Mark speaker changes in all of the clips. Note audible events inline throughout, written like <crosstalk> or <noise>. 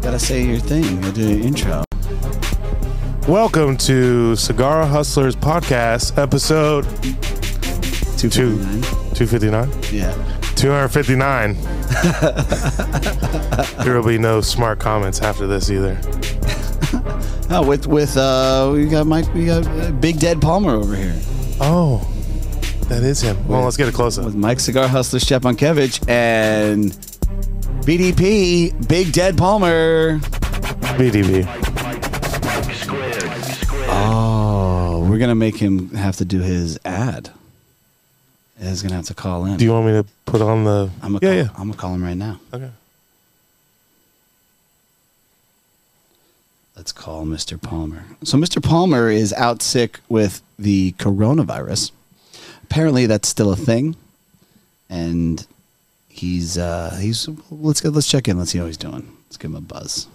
Speaker 1: Gotta say your thing. You'll do an intro.
Speaker 2: Welcome to Cigar Hustlers Podcast, episode
Speaker 1: 259.
Speaker 2: 259.
Speaker 1: Yeah. <laughs>
Speaker 2: 259. there will be no smart comments after this either.
Speaker 1: Oh, with with uh, we got Mike. We got uh, Big Dead Palmer over here
Speaker 2: Oh, that is him. Well, let's get a close up.
Speaker 1: with Mike Cigar Hustler Stepankevich and BDP Big Dead Palmer.
Speaker 2: BDB.
Speaker 1: Oh, we're gonna make him have to do his ad. He's gonna have to call in.
Speaker 2: Do you want me to put on the.
Speaker 1: I'm gonna
Speaker 2: yeah,
Speaker 1: call, I'm gonna call him right now.
Speaker 2: yeah. Okay.
Speaker 1: Let's call Mr. Palmer. So, Mr. Palmer is out sick with the coronavirus. Apparently, that's still a thing, and he's uh, he's. Let's go. Let's check in. Let's see how he's doing. Let's give him a buzz.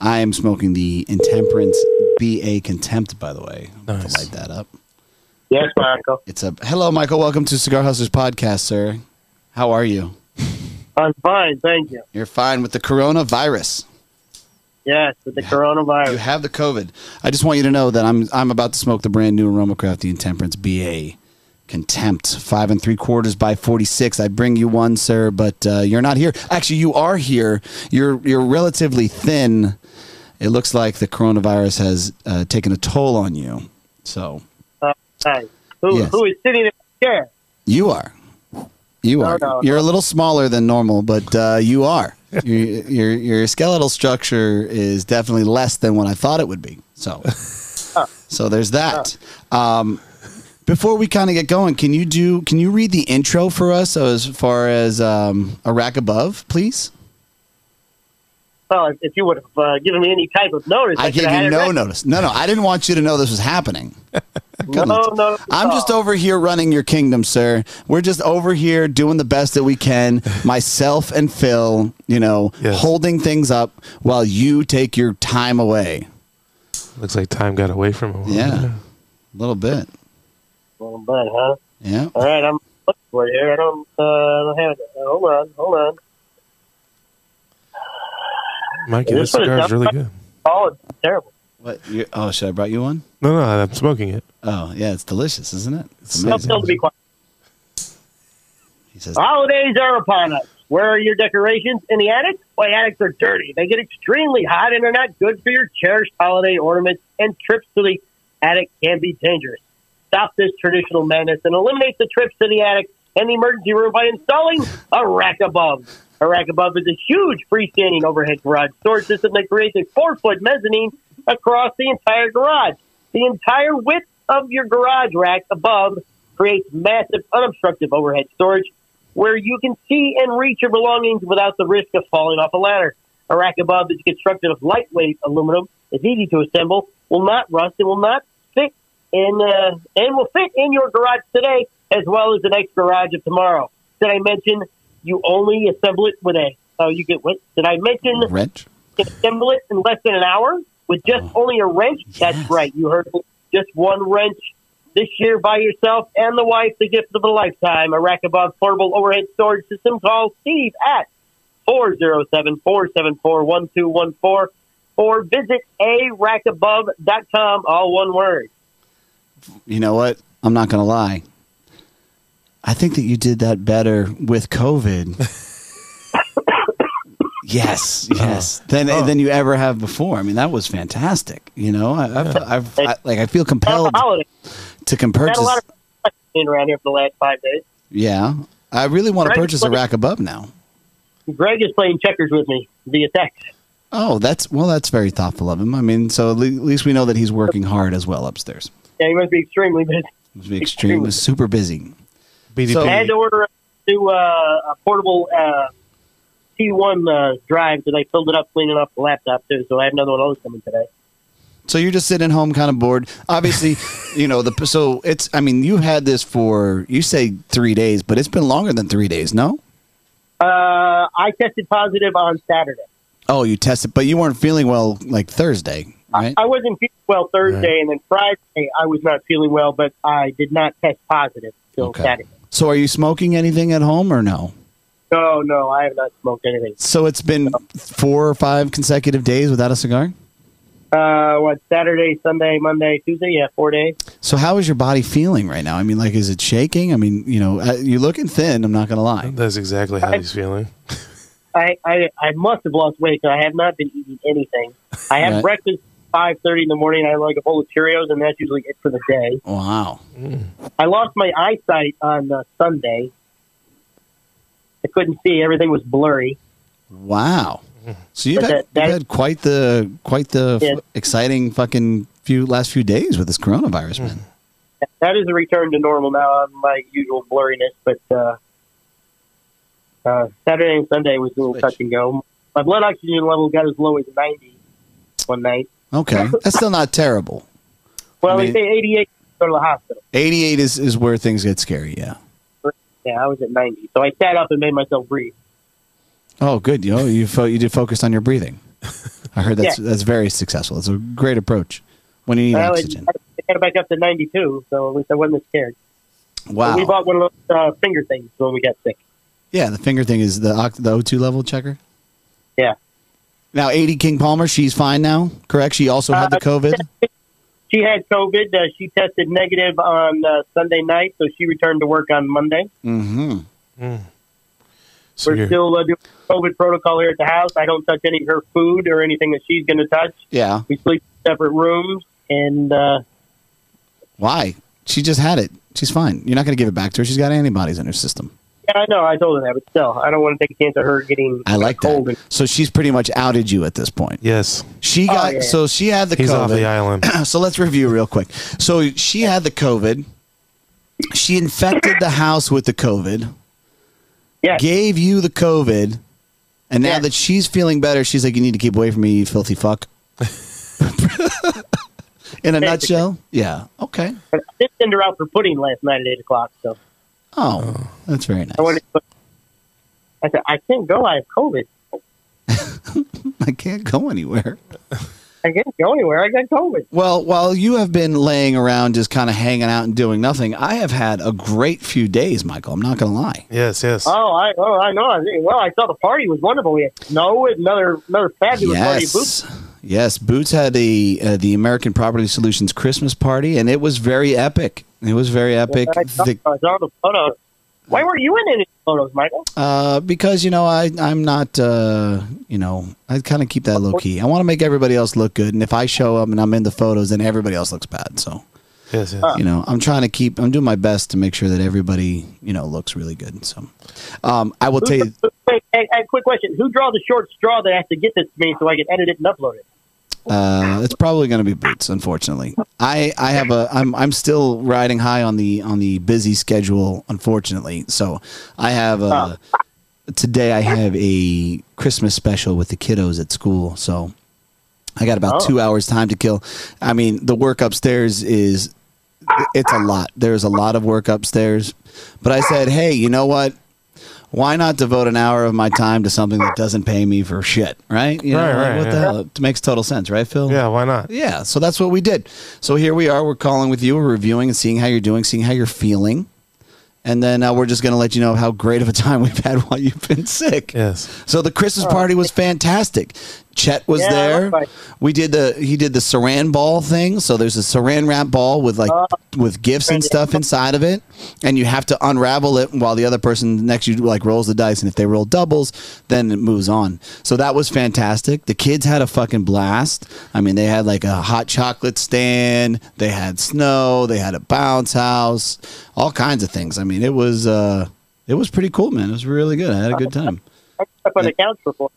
Speaker 1: I am smoking the Intemperance BA Contempt, by the way.
Speaker 2: Nice.
Speaker 1: To light that up.
Speaker 3: Yes, Michael.
Speaker 1: It's a hello, Michael. Welcome to Cigar Hustlers Podcast, sir. How are you?
Speaker 3: I'm fine, thank you.
Speaker 1: You're fine with the coronavirus.
Speaker 3: Yes, with the coronavirus.
Speaker 1: You have the COVID. I just want you to know that I'm I'm about to smoke the brand new Aromacraft, the Intemperance BA Contempt, five and three quarters by forty six. I bring you one, sir, but uh, you're not here. Actually, you are here. You're you're relatively thin. It looks like the coronavirus has uh, taken a toll on you. So
Speaker 3: Hey, who
Speaker 1: Yes.
Speaker 3: who is sitting in the chair?
Speaker 1: you are, you
Speaker 3: No,
Speaker 1: are.
Speaker 3: no, no.
Speaker 1: You're a little smaller than normal, but uh, you
Speaker 3: <laughs>
Speaker 1: are. your, your your skeletal structure is definitely less than what I thought it would be.
Speaker 3: <laughs>
Speaker 1: So. So there's that. Um, before we kind of get going, can you do? Can you read the intro for us as far as um, a rack above, please?
Speaker 3: Oh, if, if you would have uh, given me any type of notice, I,
Speaker 1: I
Speaker 3: could
Speaker 1: gave
Speaker 3: have
Speaker 1: you
Speaker 3: had it
Speaker 1: no
Speaker 3: ready.
Speaker 1: notice. No, no, I didn't want you to know this was happening.
Speaker 3: No, no,
Speaker 1: I'm just over here running your kingdom, sir. We're just over here doing the best that we can, myself and Phil. You know,
Speaker 2: Yes.
Speaker 1: holding things up while you take your time away.
Speaker 2: Looks like time got away from him.
Speaker 1: Yeah, a little bit.
Speaker 3: Oh, man, huh?
Speaker 1: Yeah.
Speaker 3: All right, I'm looking for it here. I don't, uh, I don't have it. Uh, hold on, hold on.
Speaker 2: Mikey,
Speaker 3: Is
Speaker 2: this
Speaker 3: this what it
Speaker 2: cigar is
Speaker 3: sounds
Speaker 2: really
Speaker 3: like?
Speaker 2: good.
Speaker 3: Oh, it's terrible.
Speaker 1: What? You, oh, should I brought you one?
Speaker 2: No, no, I'm smoking it.
Speaker 1: Oh, yeah, it's delicious, isn't it? It's
Speaker 2: Amazing.
Speaker 3: Tell Phil to be quiet.
Speaker 1: He says,
Speaker 3: Holidays are upon us. Where are your decorations? In the attic? Well, attics are dirty. They get extremely hot and are not good for your cherished holiday ornaments, and trips to the attic can be dangerous. Stop this traditional madness and eliminate the trips to the attic and the emergency room by installing a rack above. A rack above is a huge freestanding overhead garage storage system that creates a four foot mezzanine across the entire garage. The entire width of your garage rack above creates massive unobstructive overhead storage where you can see and reach your belongings without the risk of falling off a ladder. A rack above is constructed of lightweight aluminum. It's easy to assemble, will not rust, and will not fit in, uh, and will fit in your garage today as well as the next garage of tomorrow. Did I mention you only assemble it with a? Oh, you get what? Did I mention
Speaker 1: wrench.
Speaker 3: can assemble it in less than an hour with just only a wrench.
Speaker 1: Yes.
Speaker 3: That's right. You heard me. Just one wrench this year by yourself and the wife, the gift of a lifetime. A rack above portable overhead storage system. Call Steve at 407 474 1214 or visit arackabove.com, all one word.
Speaker 1: You know what? I'm not going to lie. I think that you did that better with
Speaker 3: <laughs>
Speaker 1: COVID. yes,
Speaker 3: Uh-huh.
Speaker 1: yes. Than
Speaker 3: Oh.
Speaker 1: than you ever have before. I mean, that was fantastic. You know, I, I've, I've I, like I feel
Speaker 3: Well,
Speaker 1: compelled
Speaker 3: holiday.
Speaker 1: to can
Speaker 3: Oh, Had
Speaker 1: purchase.
Speaker 3: a lot of been around here for the last five days.
Speaker 1: yeah, I really want to
Speaker 3: Greg,
Speaker 1: purchase a
Speaker 3: what-
Speaker 1: rack above now.
Speaker 3: Greg is playing checkers with me via text.
Speaker 1: Oh, that's well. That's very thoughtful of him. I mean, so at le- at least we know that he's working hard as well upstairs.
Speaker 3: Yeah, he must be extremely busy.
Speaker 1: Must be extreme, super busy.
Speaker 2: BDB.
Speaker 1: So-
Speaker 3: I had to order to uh, a portable uh, T1 uh, drive because I filled it up cleaning up the laptop too. So I have another one of those coming today.
Speaker 1: So you're just sitting home, kind of bored. <laughs> Obviously, you know the. So it's. I mean, you had this for you say three days, but it's been longer than three days. No.
Speaker 3: Uh, I tested positive on Saturday.
Speaker 1: Oh, you tested, but you weren't feeling well like Thursday. right?
Speaker 3: I, I wasn't feeling well Thursday, and then Friday I was not feeling well, but I did not test positive till
Speaker 1: Okay.
Speaker 3: Saturday.
Speaker 1: So are you smoking anything at home or no?
Speaker 3: No, Oh, no, I have not smoked anything.
Speaker 1: So it's been four or five consecutive days without a cigar.
Speaker 3: Uh, what Saturday, Sunday, Monday, Tuesday? Yeah, four days.
Speaker 1: So how is your body feeling right now? I mean, like, is it shaking? I mean, you know, uh, you're looking thin. I'm not gonna lie.
Speaker 2: That's exactly how
Speaker 3: I-
Speaker 2: he's feeling.
Speaker 3: I, I I must have lost weight. 'cause I have not been eating anything. I have
Speaker 1: Right.
Speaker 3: breakfast five thirty in the morning. I have like a bowl of Cheerios, and that's usually it for the day.
Speaker 1: Wow.
Speaker 2: Mm,
Speaker 3: I lost my eyesight on uh, Sunday. I couldn't see. Everything was blurry.
Speaker 1: Wow. So you've had,
Speaker 3: But that- that-
Speaker 1: you've had quite the quite the f-
Speaker 3: Yeah.
Speaker 1: exciting fucking few last few days with this coronavirus, man.
Speaker 3: That is a return to normal now on my usual blurriness, but uh, uh, Saturday and Sunday was a little
Speaker 1: Switch.
Speaker 3: touch and go. My blood oxygen level got as low as 90 one night. <laughs>
Speaker 1: Okay, that's still not terrible.
Speaker 3: Well,
Speaker 1: I mean-
Speaker 3: they say 88 go to the hospital.
Speaker 1: 88 is is where things get scary. Yeah.
Speaker 3: Yeah, I was at 90. So I sat up and made myself breathe.
Speaker 1: Oh, good. You know, you fo- you did focus on your breathing. I heard that's that's very successful. It's a great approach when you need
Speaker 3: Well, it,
Speaker 1: oxygen.
Speaker 3: I got it back up to 92, so at least I wasn't as scared. But we
Speaker 1: Wow.
Speaker 3: bought one of those uh, finger things when we got sick.
Speaker 1: Yeah, the finger thing is the oct- the O2 level checker.
Speaker 3: Yeah.
Speaker 1: Now, 80 King Palmer, she's fine now, correct? She also had the
Speaker 3: Uh,
Speaker 1: COVID.
Speaker 3: She had COVID. Uh, she tested negative on uh, Sunday night, so she returned to work on Monday.
Speaker 1: Mm-hmm.
Speaker 2: mm. So
Speaker 3: We're
Speaker 2: you're,
Speaker 3: still uh, doing COVID protocol here at the house. I don't touch any of her food or anything that she's going to touch.
Speaker 1: Yeah.
Speaker 3: We sleep in separate rooms, and uh,
Speaker 1: Why? She just had it. She's fine. You're not going to give it back to her. She's got antibodies in her system.
Speaker 3: yeah, I know I told her that, but still, I don't want to take a chance of her getting
Speaker 1: I like
Speaker 3: cold.
Speaker 1: that. So she's pretty much outed you at this point.
Speaker 2: yes,
Speaker 1: She got
Speaker 3: Oh, yeah, yeah.
Speaker 1: so she had the
Speaker 2: he's
Speaker 1: COVID.
Speaker 2: off the island.
Speaker 1: <clears throat> so let's review real quick. So she had the COVID. She infected the house with the COVID.
Speaker 3: Yeah.
Speaker 1: Gave you the COVID. And now
Speaker 3: Yeah.
Speaker 1: that she's feeling better, she's like, you need to keep away from me, you filthy fuck. <laughs> In a
Speaker 3: Basically.
Speaker 1: nutshell? Yeah. Okay.
Speaker 3: But I did send her out for pudding last night at eight o'clock, so
Speaker 1: Oh, that's very nice.
Speaker 3: I wanted. To, I said I can't go. I have COVID.
Speaker 1: I can't go anywhere.
Speaker 3: I can't go anywhere. I got COVID.
Speaker 1: Well, while you have been laying around just kind of hanging out and doing nothing, I have had a great few days, Michael. I'm not going to lie.
Speaker 2: Yes, yes.
Speaker 3: Oh, I oh I know. I think- Well, I saw the party was wonderful. We had snow, another another fabulous party. Boots.
Speaker 1: Yes. Yes, Boots had the uh, the American Property Solutions Christmas party, and it was very epic. It was very epic.
Speaker 3: I saw,
Speaker 1: The-
Speaker 3: I saw the photos. Why were you in any of the photos, Michael?
Speaker 1: uh, because you know, I I'm not uh, you know I kind of keep that low key. I want to make everybody else look good, and if I show up and I'm in the photos, then everybody else looks bad. So
Speaker 2: yes, yes.
Speaker 1: you know, I'm trying to keep. I'm doing my best to make sure that everybody you know looks really good. So um, I will tell you.
Speaker 3: Wait, hey, hey, quick question. Who draw the short straw that has to get this to me so I can edit it and upload it?
Speaker 1: Uh, it's probably going to be Boots, unfortunately. I, I have a I'm I'm still riding high on the on the busy schedule, unfortunately. So I have a today I have a Christmas special with the kiddos at school. So I got about
Speaker 3: Oh.
Speaker 1: two hours time to kill. I mean, the work upstairs is it's a lot. There's a lot of work upstairs, but I said, hey, you know what? Why not devote an hour of my time to something that doesn't pay me for shit, right? You
Speaker 2: Right, right,
Speaker 1: what the
Speaker 2: yeah.
Speaker 1: hell? uh, It makes total sense, right, Phil?
Speaker 2: Yeah, why not?
Speaker 1: Yeah, so that's what we did. So here we are. We're calling with you. We're reviewing and seeing how you're doing, seeing how you're feeling. And then uh, we're just going to let you know how great of a <laughs> time we've had while you've been sick.
Speaker 2: Yes.
Speaker 1: So the Christmas party was fantastic. Chet was
Speaker 3: Oh. Yeah, I
Speaker 1: there.
Speaker 3: like-
Speaker 1: We did the he did the saran ball thing. So there's a saran wrap ball with like
Speaker 3: Oh.
Speaker 1: with gifts and stuff inside of it, and you have to unravel it while the other person next to you like rolls the dice, and if they roll doubles, then it moves on. So that was fantastic. The kids had a fucking blast. I mean, they had like a hot chocolate stand. They had snow. They had a bounce house. All kinds of things. I mean, it was uh, it was pretty cool, man. It was really good. I had a good time
Speaker 3: I'm up on the couch before.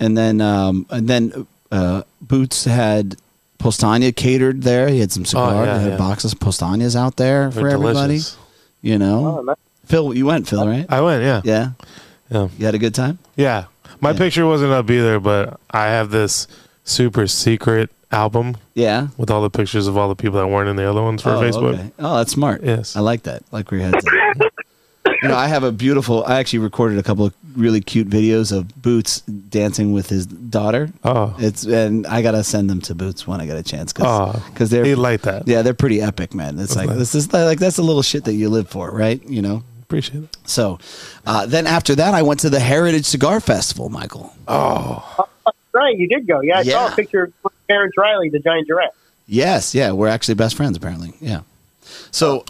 Speaker 1: and then um, and then uh, Boots had Postania catered there. He had some cigars,
Speaker 2: Oh, yeah,
Speaker 1: he had
Speaker 2: yeah.
Speaker 1: boxes of Postanias out there for
Speaker 2: They're
Speaker 1: everybody.
Speaker 2: delicious.
Speaker 1: You know,
Speaker 3: Oh, nice.
Speaker 1: Phil, you went, Phil, right?
Speaker 2: I went. Yeah.
Speaker 1: yeah,
Speaker 2: Yeah.
Speaker 1: you had a good time.
Speaker 2: Yeah. My
Speaker 1: Yeah.
Speaker 2: picture wasn't up either, but I have this super secret album
Speaker 1: Yeah.
Speaker 2: with all the pictures of all the people that weren't in the other ones for
Speaker 1: oh,
Speaker 2: Facebook.
Speaker 1: okay. Oh, that's smart.
Speaker 2: Yes.
Speaker 1: I like that. Like where your head's at. you know, I have a beautiful. I actually recorded a couple of really cute videos of Boots dancing with his daughter.
Speaker 2: Oh.
Speaker 1: it's and I gotta send them to Boots when I get a chance because
Speaker 2: Oh,
Speaker 1: they're
Speaker 2: he liked that.
Speaker 1: yeah they're pretty epic, man. It's like this is like that's the little shit that you live for, right? You know.
Speaker 2: Appreciate it.
Speaker 1: So uh, then after that, I went to the Heritage Cigar Festival, Michael.
Speaker 3: Right, you did go. Yeah, I saw
Speaker 1: Yeah.
Speaker 3: a picture of Terrence Riley, the giant giraffe.
Speaker 1: Yes, yeah, we're actually best friends apparently. Yeah. So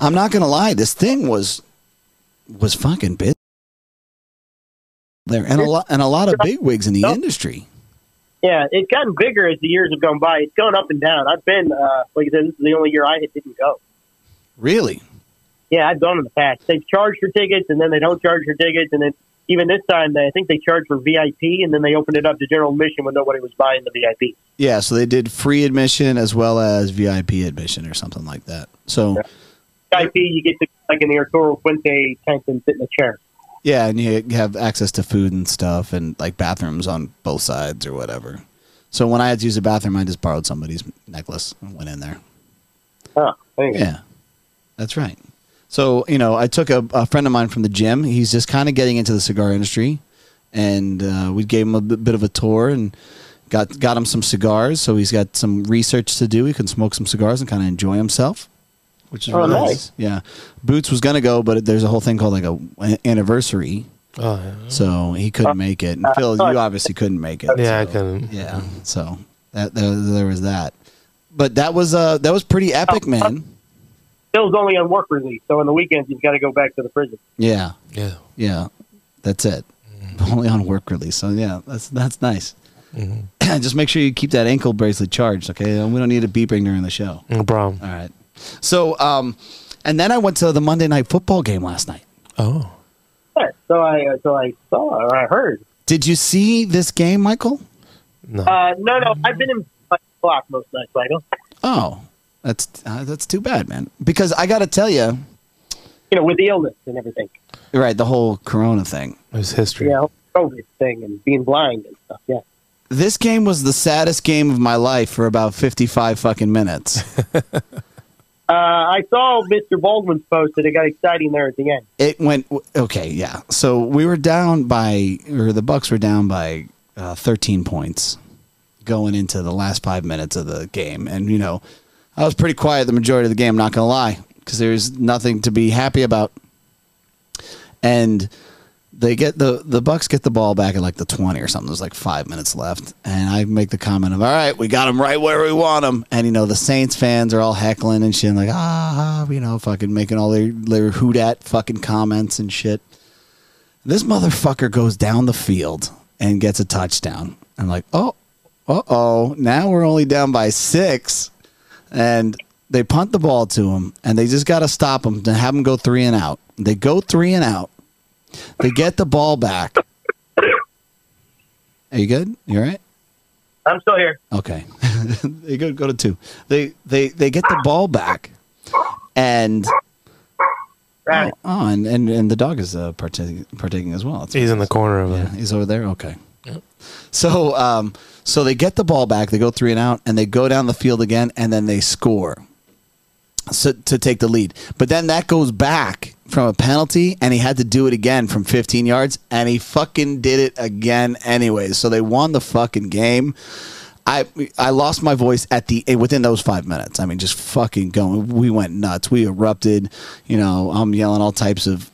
Speaker 1: I'm not gonna lie, this thing was was fucking bit there, and a lot and a lot of big wigs in the
Speaker 3: Yep.
Speaker 1: industry.
Speaker 3: Yeah, it's gotten bigger as the years have gone by. It's gone up and down. I've been, uh, like I said, this is the only year I didn't go.
Speaker 1: Really?
Speaker 3: Yeah, I've gone in the past. They've charged for tickets, and then they don't charge for tickets, and then even this time, they, I think they charged for VIP, and then they opened it up to general admission when nobody was buying the VIP.
Speaker 1: Yeah. So they did free admission as well as VIP admission or something like that. So
Speaker 3: VIP, you get to like in the Arturo Fuente tent and sit in a chair.
Speaker 1: yeah, and you have access to food and stuff, and like bathrooms on both sides or whatever. So when I had to use the bathroom, I just borrowed somebody's necklace and went in there.
Speaker 3: Huh. there you go.
Speaker 1: Yeah, that's right. So you know, I took a, a friend of mine from the gym. He's just kind of getting into the cigar industry, and uh, we gave him a b- bit of a tour and got got him some cigars. So he's got some research to do. He can smoke some cigars and kind of enjoy himself, which is
Speaker 3: Oh,
Speaker 1: really
Speaker 3: nice.
Speaker 1: nice. Yeah, Boots was gonna go, but there's a whole thing called like a an anniversary,
Speaker 2: Oh, yeah.
Speaker 1: so he couldn't make it. And
Speaker 3: Uh,
Speaker 1: Phil,
Speaker 3: sorry.
Speaker 1: you obviously couldn't make it.
Speaker 2: Yeah, I
Speaker 1: so-
Speaker 2: can.
Speaker 1: Yeah, so that there, there was that. But that was uh that was pretty
Speaker 3: Oh,
Speaker 1: epic, man.
Speaker 3: Phil's only on work release, so on the weekends he's got to go back to the prison.
Speaker 1: Yeah.
Speaker 2: Yeah.
Speaker 1: Yeah, that's it. <laughs> Only on work release. So yeah, that's that's nice. <clears throat>
Speaker 2: Mhm.
Speaker 1: Just make sure you keep that ankle bracelet charged. Okay, And we don't need a beeping during the show.
Speaker 2: No problem.
Speaker 1: All right. So um, and then I went to the Monday night football game last night.
Speaker 2: Oh.
Speaker 3: Yeah, so I, uh, so I saw or I heard.
Speaker 1: Did you see this game, Michael?
Speaker 2: No.
Speaker 3: Uh, no, no, I've been in my block most nights, Michael.
Speaker 1: Oh, that's uh, that's too bad, man. Because I got to tell you,
Speaker 3: You know, with the illness and everything.
Speaker 1: right, the whole Corona thing.
Speaker 2: it's history.
Speaker 3: You know, COVID thing and being blind and stuff. Yeah.
Speaker 1: This game was the saddest game of my life for about fifty-five fucking minutes.
Speaker 3: Uh, I saw Mr. Baldwin's post that it got exciting there at the end.
Speaker 1: it went okay yeah so we were down by or the bucks were down by uh, 13 points going into the last five minutes of the game and you know i was pretty quiet the majority of the game not gonna lie because there's nothing to be happy about and they get the the bucks get the ball back at like the 20 or something there's like five minutes left and i make the comment of all right we got them right where we want them and you know the saints fans are all heckling and shit like ah you know fucking making all their, their hoot at fucking comments and shit this motherfucker goes down the field and gets a touchdown i'm like oh uh-oh now we're only down by six and they punt the ball to him and they just got to stop him to have him go three and out they go three and out they get the ball back. Are you good? You all right?
Speaker 3: I'm still here.
Speaker 1: Okay. <laughs> they go go to two. They they they get the ball back, and oh,
Speaker 3: Right.
Speaker 1: oh, and, and and the dog is uh, partaking partaking as well. That's
Speaker 2: He's in the corner of
Speaker 1: yeah,
Speaker 2: it.
Speaker 1: he's over there. Okay. So um so they get the ball back. They go three and out, and they go down the field again, and then they score. So to take the lead, but then that goes back from a penalty, and he had to do it again from 15 yards, and he fucking did it again anyway. So they won the fucking game. I I lost my voice at the eh, within those five minutes. I mean, just fucking going. We went nuts. We erupted. You know, I'm yelling all types of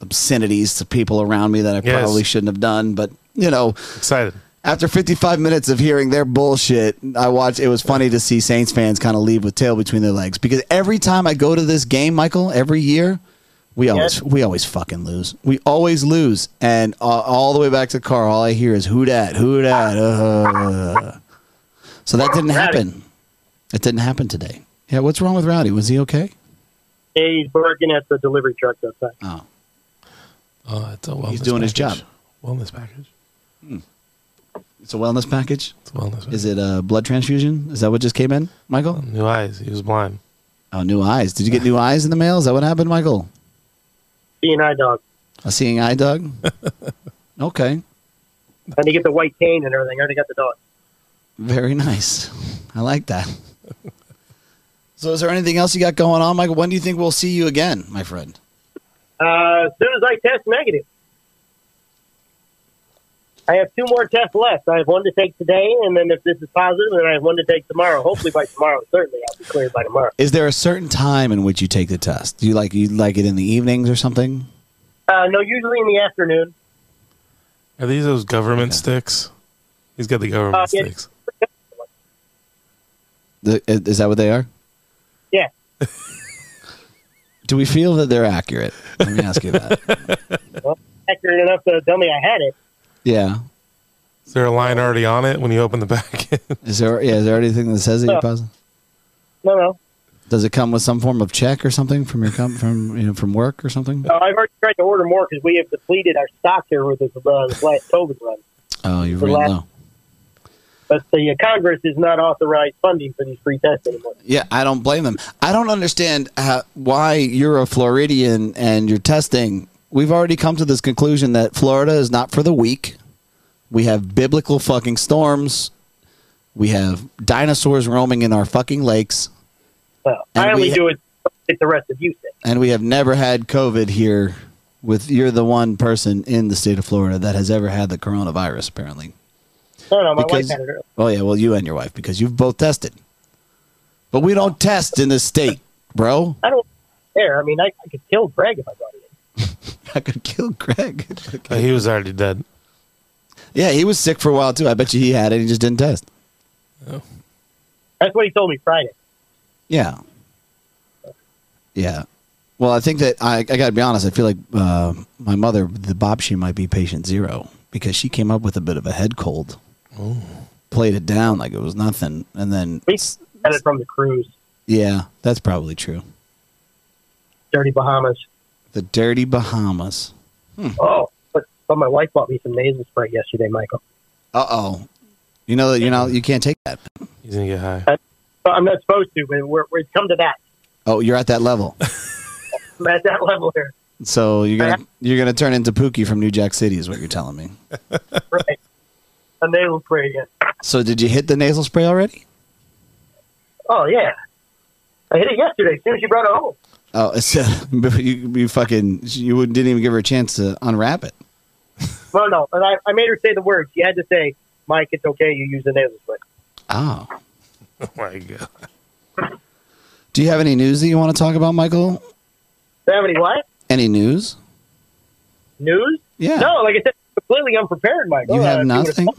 Speaker 1: obscenities to people around me that I
Speaker 2: Yes.
Speaker 1: probably shouldn't have done. But you know,
Speaker 2: Excited.
Speaker 1: after 55 minutes of hearing their bullshit, I watched. It was funny to see Saints fans kind of leave with tail between their legs because every time I go to this game, Michael, every year, we always we always fucking lose. We always lose, and uh, all the way back to the car, all I hear is who dat, who dat. Uh. So that didn't happen. It didn't happen today. Yeah, what's wrong with Rowdy? Was he okay?
Speaker 3: He's working at the delivery truck outside.
Speaker 1: Oh,
Speaker 2: Oh, it's a wellness
Speaker 1: He's doing his
Speaker 2: package.
Speaker 1: job.
Speaker 2: Wellness package.
Speaker 1: it's a wellness package.
Speaker 2: It's a wellness.
Speaker 1: Is it a blood transfusion? Is that what just came in, Michael?
Speaker 2: New eyes. He was blind.
Speaker 1: Oh, new eyes. Did you get new eyes in the mail? Is that what happened, Michael?
Speaker 3: I dog.
Speaker 1: A seeing eye <laughs> dog? okay.
Speaker 3: And they get the white cane and everything. I already got the dog.
Speaker 1: Very nice. I like that. So, is there anything else you got going on, Michael? When do you think we'll see you again, my friend?
Speaker 3: Uh, as soon as I test negative, I have two more tests left. I have one to take today, and then if this is positive, then I have one to take tomorrow. Hopefully by tomorrow, certainly I'll be cleared by tomorrow.
Speaker 1: Is there a certain time in which you take the test? Do you like you like it in the evenings or something?
Speaker 3: Uh, no, usually in the afternoon.
Speaker 2: Are these those government
Speaker 1: Okay.
Speaker 2: sticks? He's got the government
Speaker 3: Uh, yeah.
Speaker 2: sticks.
Speaker 1: The, is is that what they are?
Speaker 3: Yeah.
Speaker 1: <laughs> Do we feel that they're accurate? Let me ask you <laughs> that.
Speaker 3: Accurate enough to tell me I had it.
Speaker 1: Yeah.
Speaker 2: Is there a line already on it when you open the back <laughs> end?
Speaker 1: Is there yeah, is there anything that says that
Speaker 3: Uh,
Speaker 1: you're positive?
Speaker 3: No, no.
Speaker 1: Does it come with some form of check or something from your com- from you know from work or something?
Speaker 3: Uh, I've already tried to order more because we have depleted our stock here with this, uh, this last COVID run.
Speaker 1: Oh, you're
Speaker 3: The
Speaker 1: right.
Speaker 3: last-
Speaker 1: No.
Speaker 3: But the uh, Congress is not authorized funding for these free tests anymore.
Speaker 1: Yeah, I don't blame them. I don't understand how, why you're a Floridian and you're testing. We've already come to this conclusion that Florida is not for the weak. We have biblical fucking storms. We have dinosaurs roaming in our fucking lakes,
Speaker 3: Well,
Speaker 1: And
Speaker 3: I only
Speaker 1: we-
Speaker 3: do it to get the rest of you sick.
Speaker 1: and we have never had COVID here. With you're the one person in the state of Florida that has ever had the coronavirus, apparently.
Speaker 3: No, no, my
Speaker 1: Because-
Speaker 3: wife had it earlier.
Speaker 1: Oh yeah, well you and your wife because you've both tested. But we don't test in this state, bro. <laughs>
Speaker 3: I don't care. I mean, I, I could kill Greg if I brought it in.
Speaker 1: I could kill Greg. <laughs>
Speaker 2: Uh, he was already dead.
Speaker 1: Yeah, he was sick for a while too. I bet you he had it. He just didn't test.
Speaker 3: That's what he told me Friday.
Speaker 1: Yeah. Yeah. Well, I think that I, I got to be honest. I feel like uh, my mother, the Bob, she might be patient zero because she came up with a bit of a head cold, played it down like it was nothing, and then
Speaker 3: We had it from the cruise,
Speaker 1: yeah, that's probably true.
Speaker 3: Dirty Bahamas.
Speaker 1: The dirty Bahamas.
Speaker 3: Oh, but, but my wife bought me some nasal spray yesterday, Michael.
Speaker 1: Uh oh. You know that you know you can't take that.
Speaker 2: He's gonna get high.
Speaker 3: But I'm not supposed to, but we're, we're come to that.
Speaker 1: Oh, you're at that level,
Speaker 3: I'm at that <laughs> level here.
Speaker 1: so you're gonna you're gonna turn into Pookie from New Jack City, is what you're telling me.
Speaker 3: Right. A nasal spray again.
Speaker 1: So did you hit the nasal spray already?
Speaker 3: Oh, yeah. I hit it yesterday as soon as you brought it home.
Speaker 1: Oh, <laughs> so you, you fucking you wouldn't- didn't even give her a chance to unwrap it.
Speaker 3: Well, no, and I, I made her say the words. She had to say, Mike, it's okay. You use the nasal spray.
Speaker 1: Oh,
Speaker 2: Oh <laughs> my god.
Speaker 1: do you have any news that you want to talk about, Michael?
Speaker 3: Do you have any what?
Speaker 1: Any news?
Speaker 3: News?
Speaker 1: Yeah,
Speaker 3: No, like I said, completely unprepared, Mike.
Speaker 1: you
Speaker 3: Uh,
Speaker 1: have
Speaker 3: if would've
Speaker 1: nothing.
Speaker 3: told-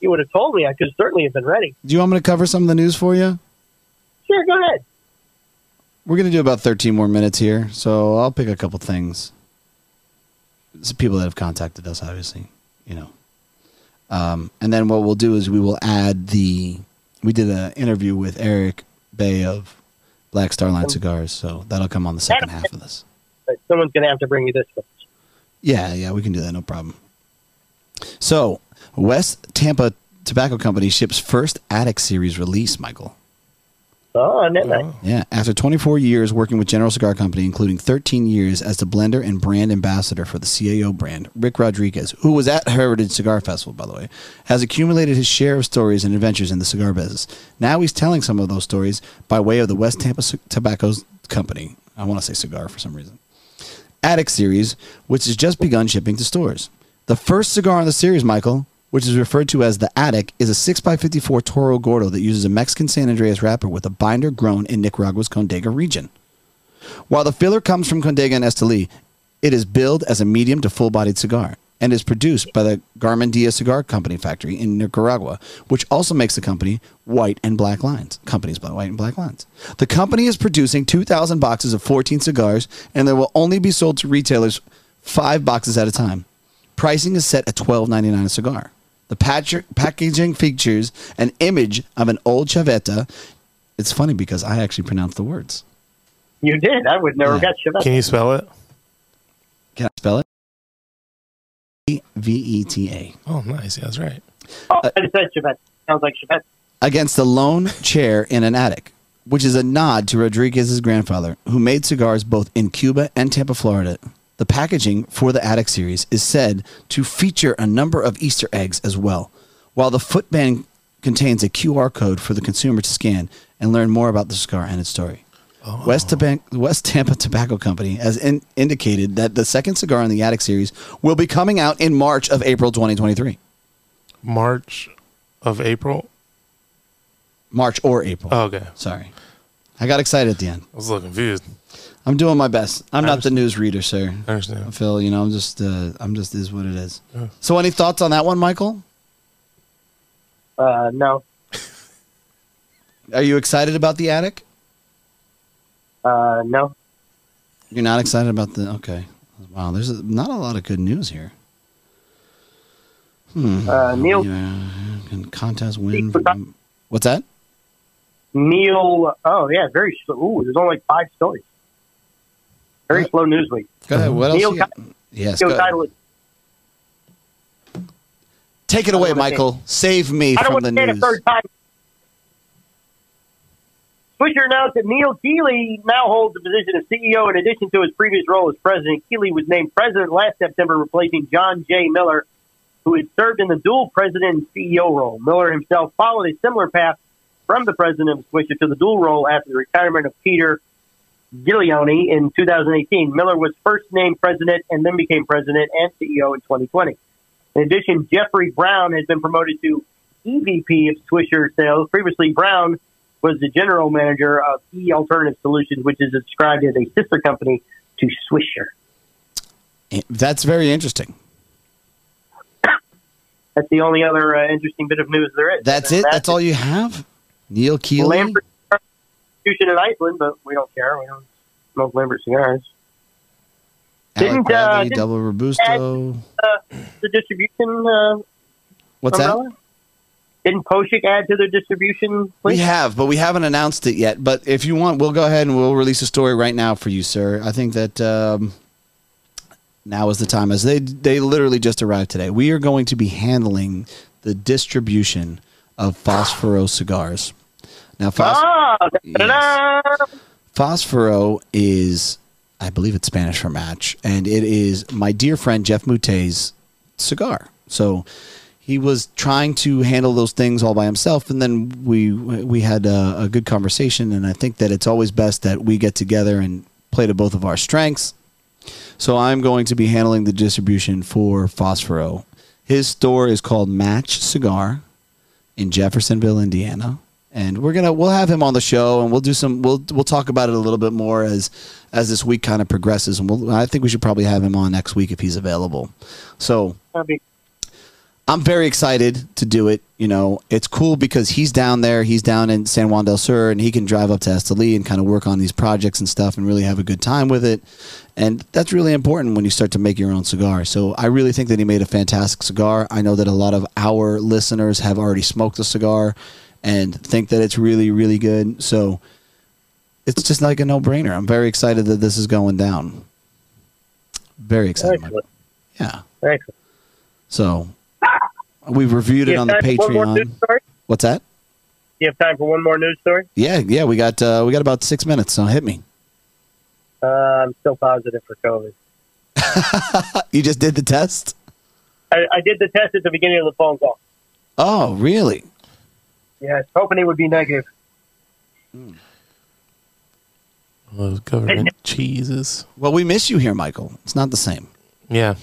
Speaker 3: You would have told me. I could certainly have been ready.
Speaker 1: Do you want me to cover some of the news for you?
Speaker 3: Sure, go ahead.
Speaker 1: We're gonna do about thirteen more minutes here, so I'll pick a couple things. It's people that have contacted us, obviously, you know. Um, and then what we'll do is we will add the. We did an interview with Eric Bay of Black Starline Cigars, so that'll come on the second half of this.
Speaker 3: But someone's going to have to bring you this one.
Speaker 1: Yeah, yeah, we can do that, no problem. So, West Tampa Tobacco Company ships first Attic Series release, Michael.
Speaker 3: Oh, and then I-
Speaker 2: Oh.
Speaker 1: Yeah, after 24 years working with General Cigar Company, including 13 years as the blender and brand ambassador for the CAO brand, Rick Rodriguez, who was at Heritage Cigar Festival, by the way, has accumulated his share of stories and adventures in the cigar business. Now he's telling some of those stories by way of the West Tampa Ci- Tobacco Company. I want to say cigar for some reason. Attic series, which has just begun shipping to stores. The first cigar in the series, Michael, which is referred to as the Attic, is a 6x54 Toro Gordo that uses a Mexican San Andreas wrapper with a binder grown in Nicaragua's Condega region. While the filler comes from Condega and Esteli, it is billed as a medium to full bodied cigar and is produced by the Garmendia Cigar Company factory in Nicaragua, which also makes the company White and Black Lines. Companies by White and Black Lines. The company is producing 2,000 boxes of 14 cigars, and they will only be sold to retailers five boxes at a time. Pricing is set at $12.99 a cigar. The patch- packaging features an image of an old chaveta. It's funny because I actually pronounced the words.
Speaker 3: you did. I would never
Speaker 1: Yeah.
Speaker 3: got you that.
Speaker 2: Can you spell it?
Speaker 1: Can I spell it? V E T A.
Speaker 2: Oh, nice. Yeah, that's right.
Speaker 3: Oh,
Speaker 1: uh,
Speaker 3: I just said Chevette. Sounds like Chevette.
Speaker 1: Against a lone chair in an attic, which is a nod to Rodriguez's grandfather, who made cigars both in Cuba and Tampa, Florida. The packaging for the Attic series is said to feature a number of Easter eggs as well, while the footband contains a QR code for the consumer to scan and learn more about the cigar and its story.
Speaker 2: Oh.
Speaker 1: West, Taban- West Tampa Tobacco Company has in- indicated that the second cigar in the Attic series will be coming out in March of April 2023.
Speaker 2: March of April.
Speaker 1: March or April.
Speaker 2: Oh, okay, I
Speaker 1: Sorry. I got excited at the end.
Speaker 2: was a little confused.
Speaker 1: I'm doing my best. I'm not the
Speaker 2: understand.
Speaker 1: news reader, sir.
Speaker 2: I understand.
Speaker 1: Phil, you know, I'm just, uh, I'm just is what it is.
Speaker 2: Yeah.
Speaker 1: So, any thoughts on that one, Michael?
Speaker 3: Uh, no.
Speaker 1: Are you excited about the attic?
Speaker 3: Uh, no.
Speaker 1: You're not excited about the okay. Wow, there's a, not a lot of good news here. Hmm.
Speaker 3: Uh, Neil-
Speaker 1: Yeah, and contest win. From, what's that?
Speaker 3: Neil. Oh yeah, very slow. Ooh, there's only like five stories. Very
Speaker 1: What?
Speaker 3: slow news week.
Speaker 1: Go ahead. What else?
Speaker 3: Neil
Speaker 1: you got? Yes.
Speaker 3: Neil
Speaker 1: go ahead.
Speaker 3: title is,
Speaker 1: Take it away,
Speaker 3: wanna
Speaker 1: Michael. Save me
Speaker 3: I don't
Speaker 1: from
Speaker 3: want
Speaker 1: the
Speaker 3: to say it a
Speaker 1: news.
Speaker 3: third time. Swisher announced that Neil Keeley now holds the position of CEO in addition to his previous role as president. Keeley was named president last September, replacing John J. Miller, who had served in the dual president and CEO role. Miller himself followed a similar path from the president of Swisher to the dual role after the retirement of Peter Giglione in 2018. Miller was first named president and then became president and CEO in 2020. In addition, Jeffrey Brown has been promoted to EVP E of Swisher Sales. Previously, Brown was the general manager of E Alternative Solutions, which is described as a sister company to Swisher.
Speaker 1: Eh, That's very interesting.
Speaker 3: That's the only other uh, interesting bit of news there is.
Speaker 1: That's it. That's all you have. Neil Keeley.
Speaker 3: Lambert Constitution in Iceland, but we don't care. We don't smoke Lambert cigars.
Speaker 1: Alec
Speaker 3: Didn't, uh,
Speaker 1: Bradley,
Speaker 3: didn't-
Speaker 1: Double Robusto.
Speaker 3: The distribution uh,
Speaker 1: What's that?
Speaker 3: umbrella? Didn't Poshik add to their distribution?
Speaker 1: We
Speaker 3: list?
Speaker 1: have, but we haven't announced it yet. But if you want, we'll go ahead and we'll release a story right now for you, sir. I think that um, now is the time, as they they literally just arrived today. We are going to be handling the distribution of Phosphoro cigars. Now, Phos-
Speaker 3: Ah, da, da, da,
Speaker 1: Phosphoro is, I believe it's Spanish for match, and it is my dear friend Jeff Moutet's cigar. So he was trying to handle those things all by himself, and then we we had a, a good conversation, and I think that it's always best that we get together and play to both of our strengths. So I'm going to be handling the distribution for Phosphoro. His store is called Match Cigar in Jeffersonville, Indiana. And we're gonna we'll have him on the show, and we'll do some we'll we'll talk about it a little bit more as as this week kind of progresses, and we'll, I think we should probably have him on next week if he's available. So
Speaker 3: That'd be-
Speaker 1: I'm very excited to do it. You know, it's cool because he's down there. He's down in San Juan del Sur, and he can drive up to Esteli and kind of work on these projects and stuff, and really have a good time with it. And that's really important when you start to make your own cigar. So I really think that he made a fantastic cigar. I know that a lot of our listeners have already smoked the cigar and think that it's really, really good. So it's just like a no-brainer. I'm very excited that this is going down. Very excited. Mike.
Speaker 3: Excellent.
Speaker 1: Yeah.
Speaker 3: Excellent.
Speaker 1: So we've reviewed it
Speaker 3: You
Speaker 1: on
Speaker 3: have
Speaker 1: the
Speaker 3: time for one more
Speaker 1: Patreon.
Speaker 3: news story?
Speaker 1: What's that?
Speaker 3: You have time for one more news story?
Speaker 1: Yeah, yeah, we got uh, we got about six minutes. So hit me.
Speaker 3: Uh, I'm still positive for COVID.
Speaker 1: Uh, You just did the test.
Speaker 3: I, I did the test at the beginning of the phone call.
Speaker 1: Oh, really?
Speaker 3: Yeah, hoping it would be negative.
Speaker 2: All Those government cheeses.
Speaker 1: Well, we miss you here, Michael. It's not the same.
Speaker 2: Yeah,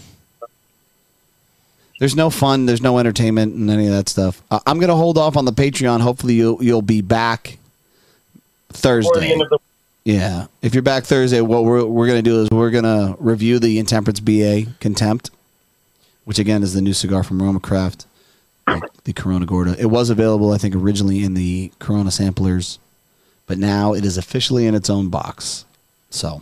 Speaker 1: There's no fun. There's no entertainment and any of that stuff. Uh, I'm gonna hold off on the Patreon. Hopefully, you'll you'll be back
Speaker 3: Before the
Speaker 1: Thursday.
Speaker 3: end of the
Speaker 1: Yeah, if you're back Thursday, what we're we're gonna do is we're gonna review the Intemperance BA Contempt, which again is the new cigar from Roma Craft, like the Corona Gorda. It was available, I think, originally in the Corona samplers, but now it is officially in its own box. So,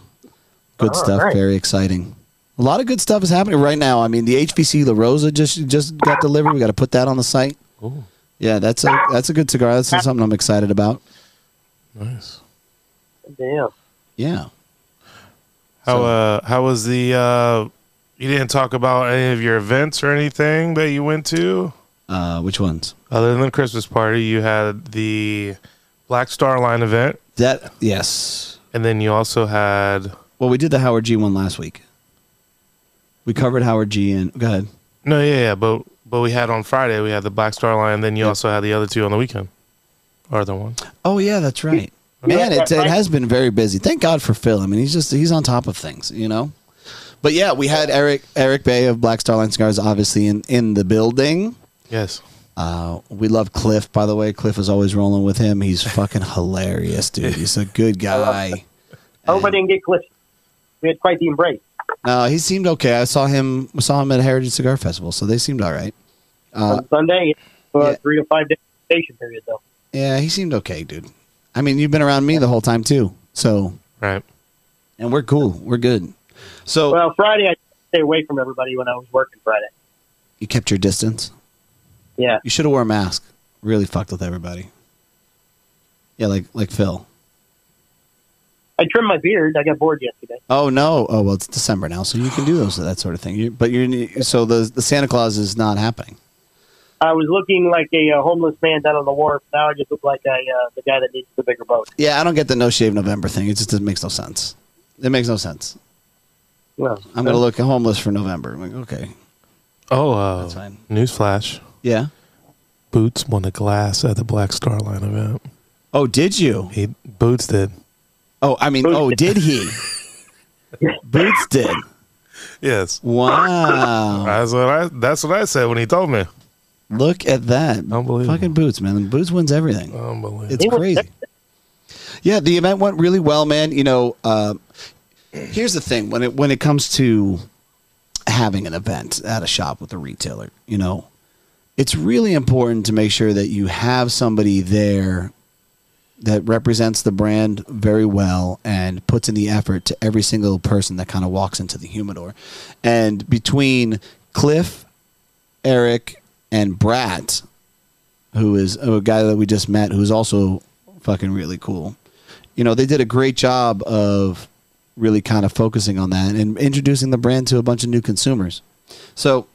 Speaker 1: good
Speaker 3: All
Speaker 1: stuff.
Speaker 3: right.
Speaker 1: Very exciting. A lot of good stuff is happening right now. I mean, the HVC La Rosa just just got delivered. We got to put that on the site.
Speaker 2: Ooh,
Speaker 1: Yeah, that's a that's a good cigar. That's something I'm excited about.
Speaker 2: nice.
Speaker 3: damn.
Speaker 1: Yeah.
Speaker 2: How
Speaker 1: So-
Speaker 2: uh how was the uh you didn't talk about any of your events or anything that you went to?
Speaker 1: Uh, which ones?
Speaker 2: Other than the Christmas party, you had the Black Star Line event
Speaker 1: That yes.
Speaker 2: and then you also had
Speaker 1: Well, we did the Howard G one last week. We covered Howard G and go ahead.
Speaker 2: No, yeah, yeah, but but we had on Friday we had the Black Star Line, then you
Speaker 1: Yep.
Speaker 2: also had the other two on the weekend. Or the one.
Speaker 1: Oh yeah, that's right. Man, it, it has been very busy. Thank God for Phil. I mean, he's just he's on top of things, you know. But yeah, we had Eric Eric Bay of Black Star Line Cigars obviously in in the building.
Speaker 2: Yes.
Speaker 1: Uh, we love Cliff, by the way. Cliff is always rolling with him. He's fucking hilarious, dude. He's a good guy.
Speaker 3: I hope I didn't get clipped. We had quite the embrace.
Speaker 1: No, he seemed okay. I saw him saw him at Heritage Cigar Festival, so they seemed all right.
Speaker 3: on Sunday, for
Speaker 1: Uh, yeah.
Speaker 3: a three to five day vacation period, though.
Speaker 1: Yeah, he seemed okay, dude. I mean, you've been around me the whole time too, so
Speaker 2: Right.
Speaker 1: and we're cool. We're good. So
Speaker 3: Well, Friday, I stay away from everybody when I was working Friday.
Speaker 1: you kept your distance.
Speaker 3: Yeah.
Speaker 1: You should have wore a mask. Really fucked with everybody. Yeah, like like Phil.
Speaker 3: I trimmed my beard. I got bored yesterday.
Speaker 1: Oh no! Oh well, it's December now, so you can do those that sort of thing. You, but you're so the the Santa Claus is not happening.
Speaker 3: I was looking like a uh, homeless man down on the wharf. Now I just look like I, uh, the guy that needs the bigger boat.
Speaker 1: Yeah, I don't get the no shave November thing. It just doesn't makes no sense. It makes no sense.
Speaker 3: Well, uh,
Speaker 1: I'm gonna look homeless for November. I'm like, okay,
Speaker 2: Oh, uh,
Speaker 1: That's fine.
Speaker 2: newsflash.
Speaker 1: yeah.
Speaker 2: Boots won the glass at the Black Star Line event.
Speaker 1: Oh, did you?
Speaker 2: He Boots did.
Speaker 1: Oh, I mean, oh, did he? Boots did.
Speaker 2: Yes. <laughs>
Speaker 1: Wow!
Speaker 2: That's what I. That's what I said when he told me.
Speaker 1: Look at that.
Speaker 2: Unbelievable.
Speaker 1: Fucking Boots, man. Boots wins everything.
Speaker 2: Unbelievable.
Speaker 1: It's
Speaker 3: It was
Speaker 1: crazy. Yeah, the event went really well, man. You know, uh, here's the thing when it when it comes to having an event at a shop with a retailer, you know, it's really important to make sure that you have somebody there that represents the brand very well and puts in the effort to every single person that kind of walks into the humidor. And between Cliff, Eric, and Brat, who is a guy that we just met who's also fucking really cool. You know, they did a great job of really kind of focusing on that and introducing the brand to a bunch of new consumers. So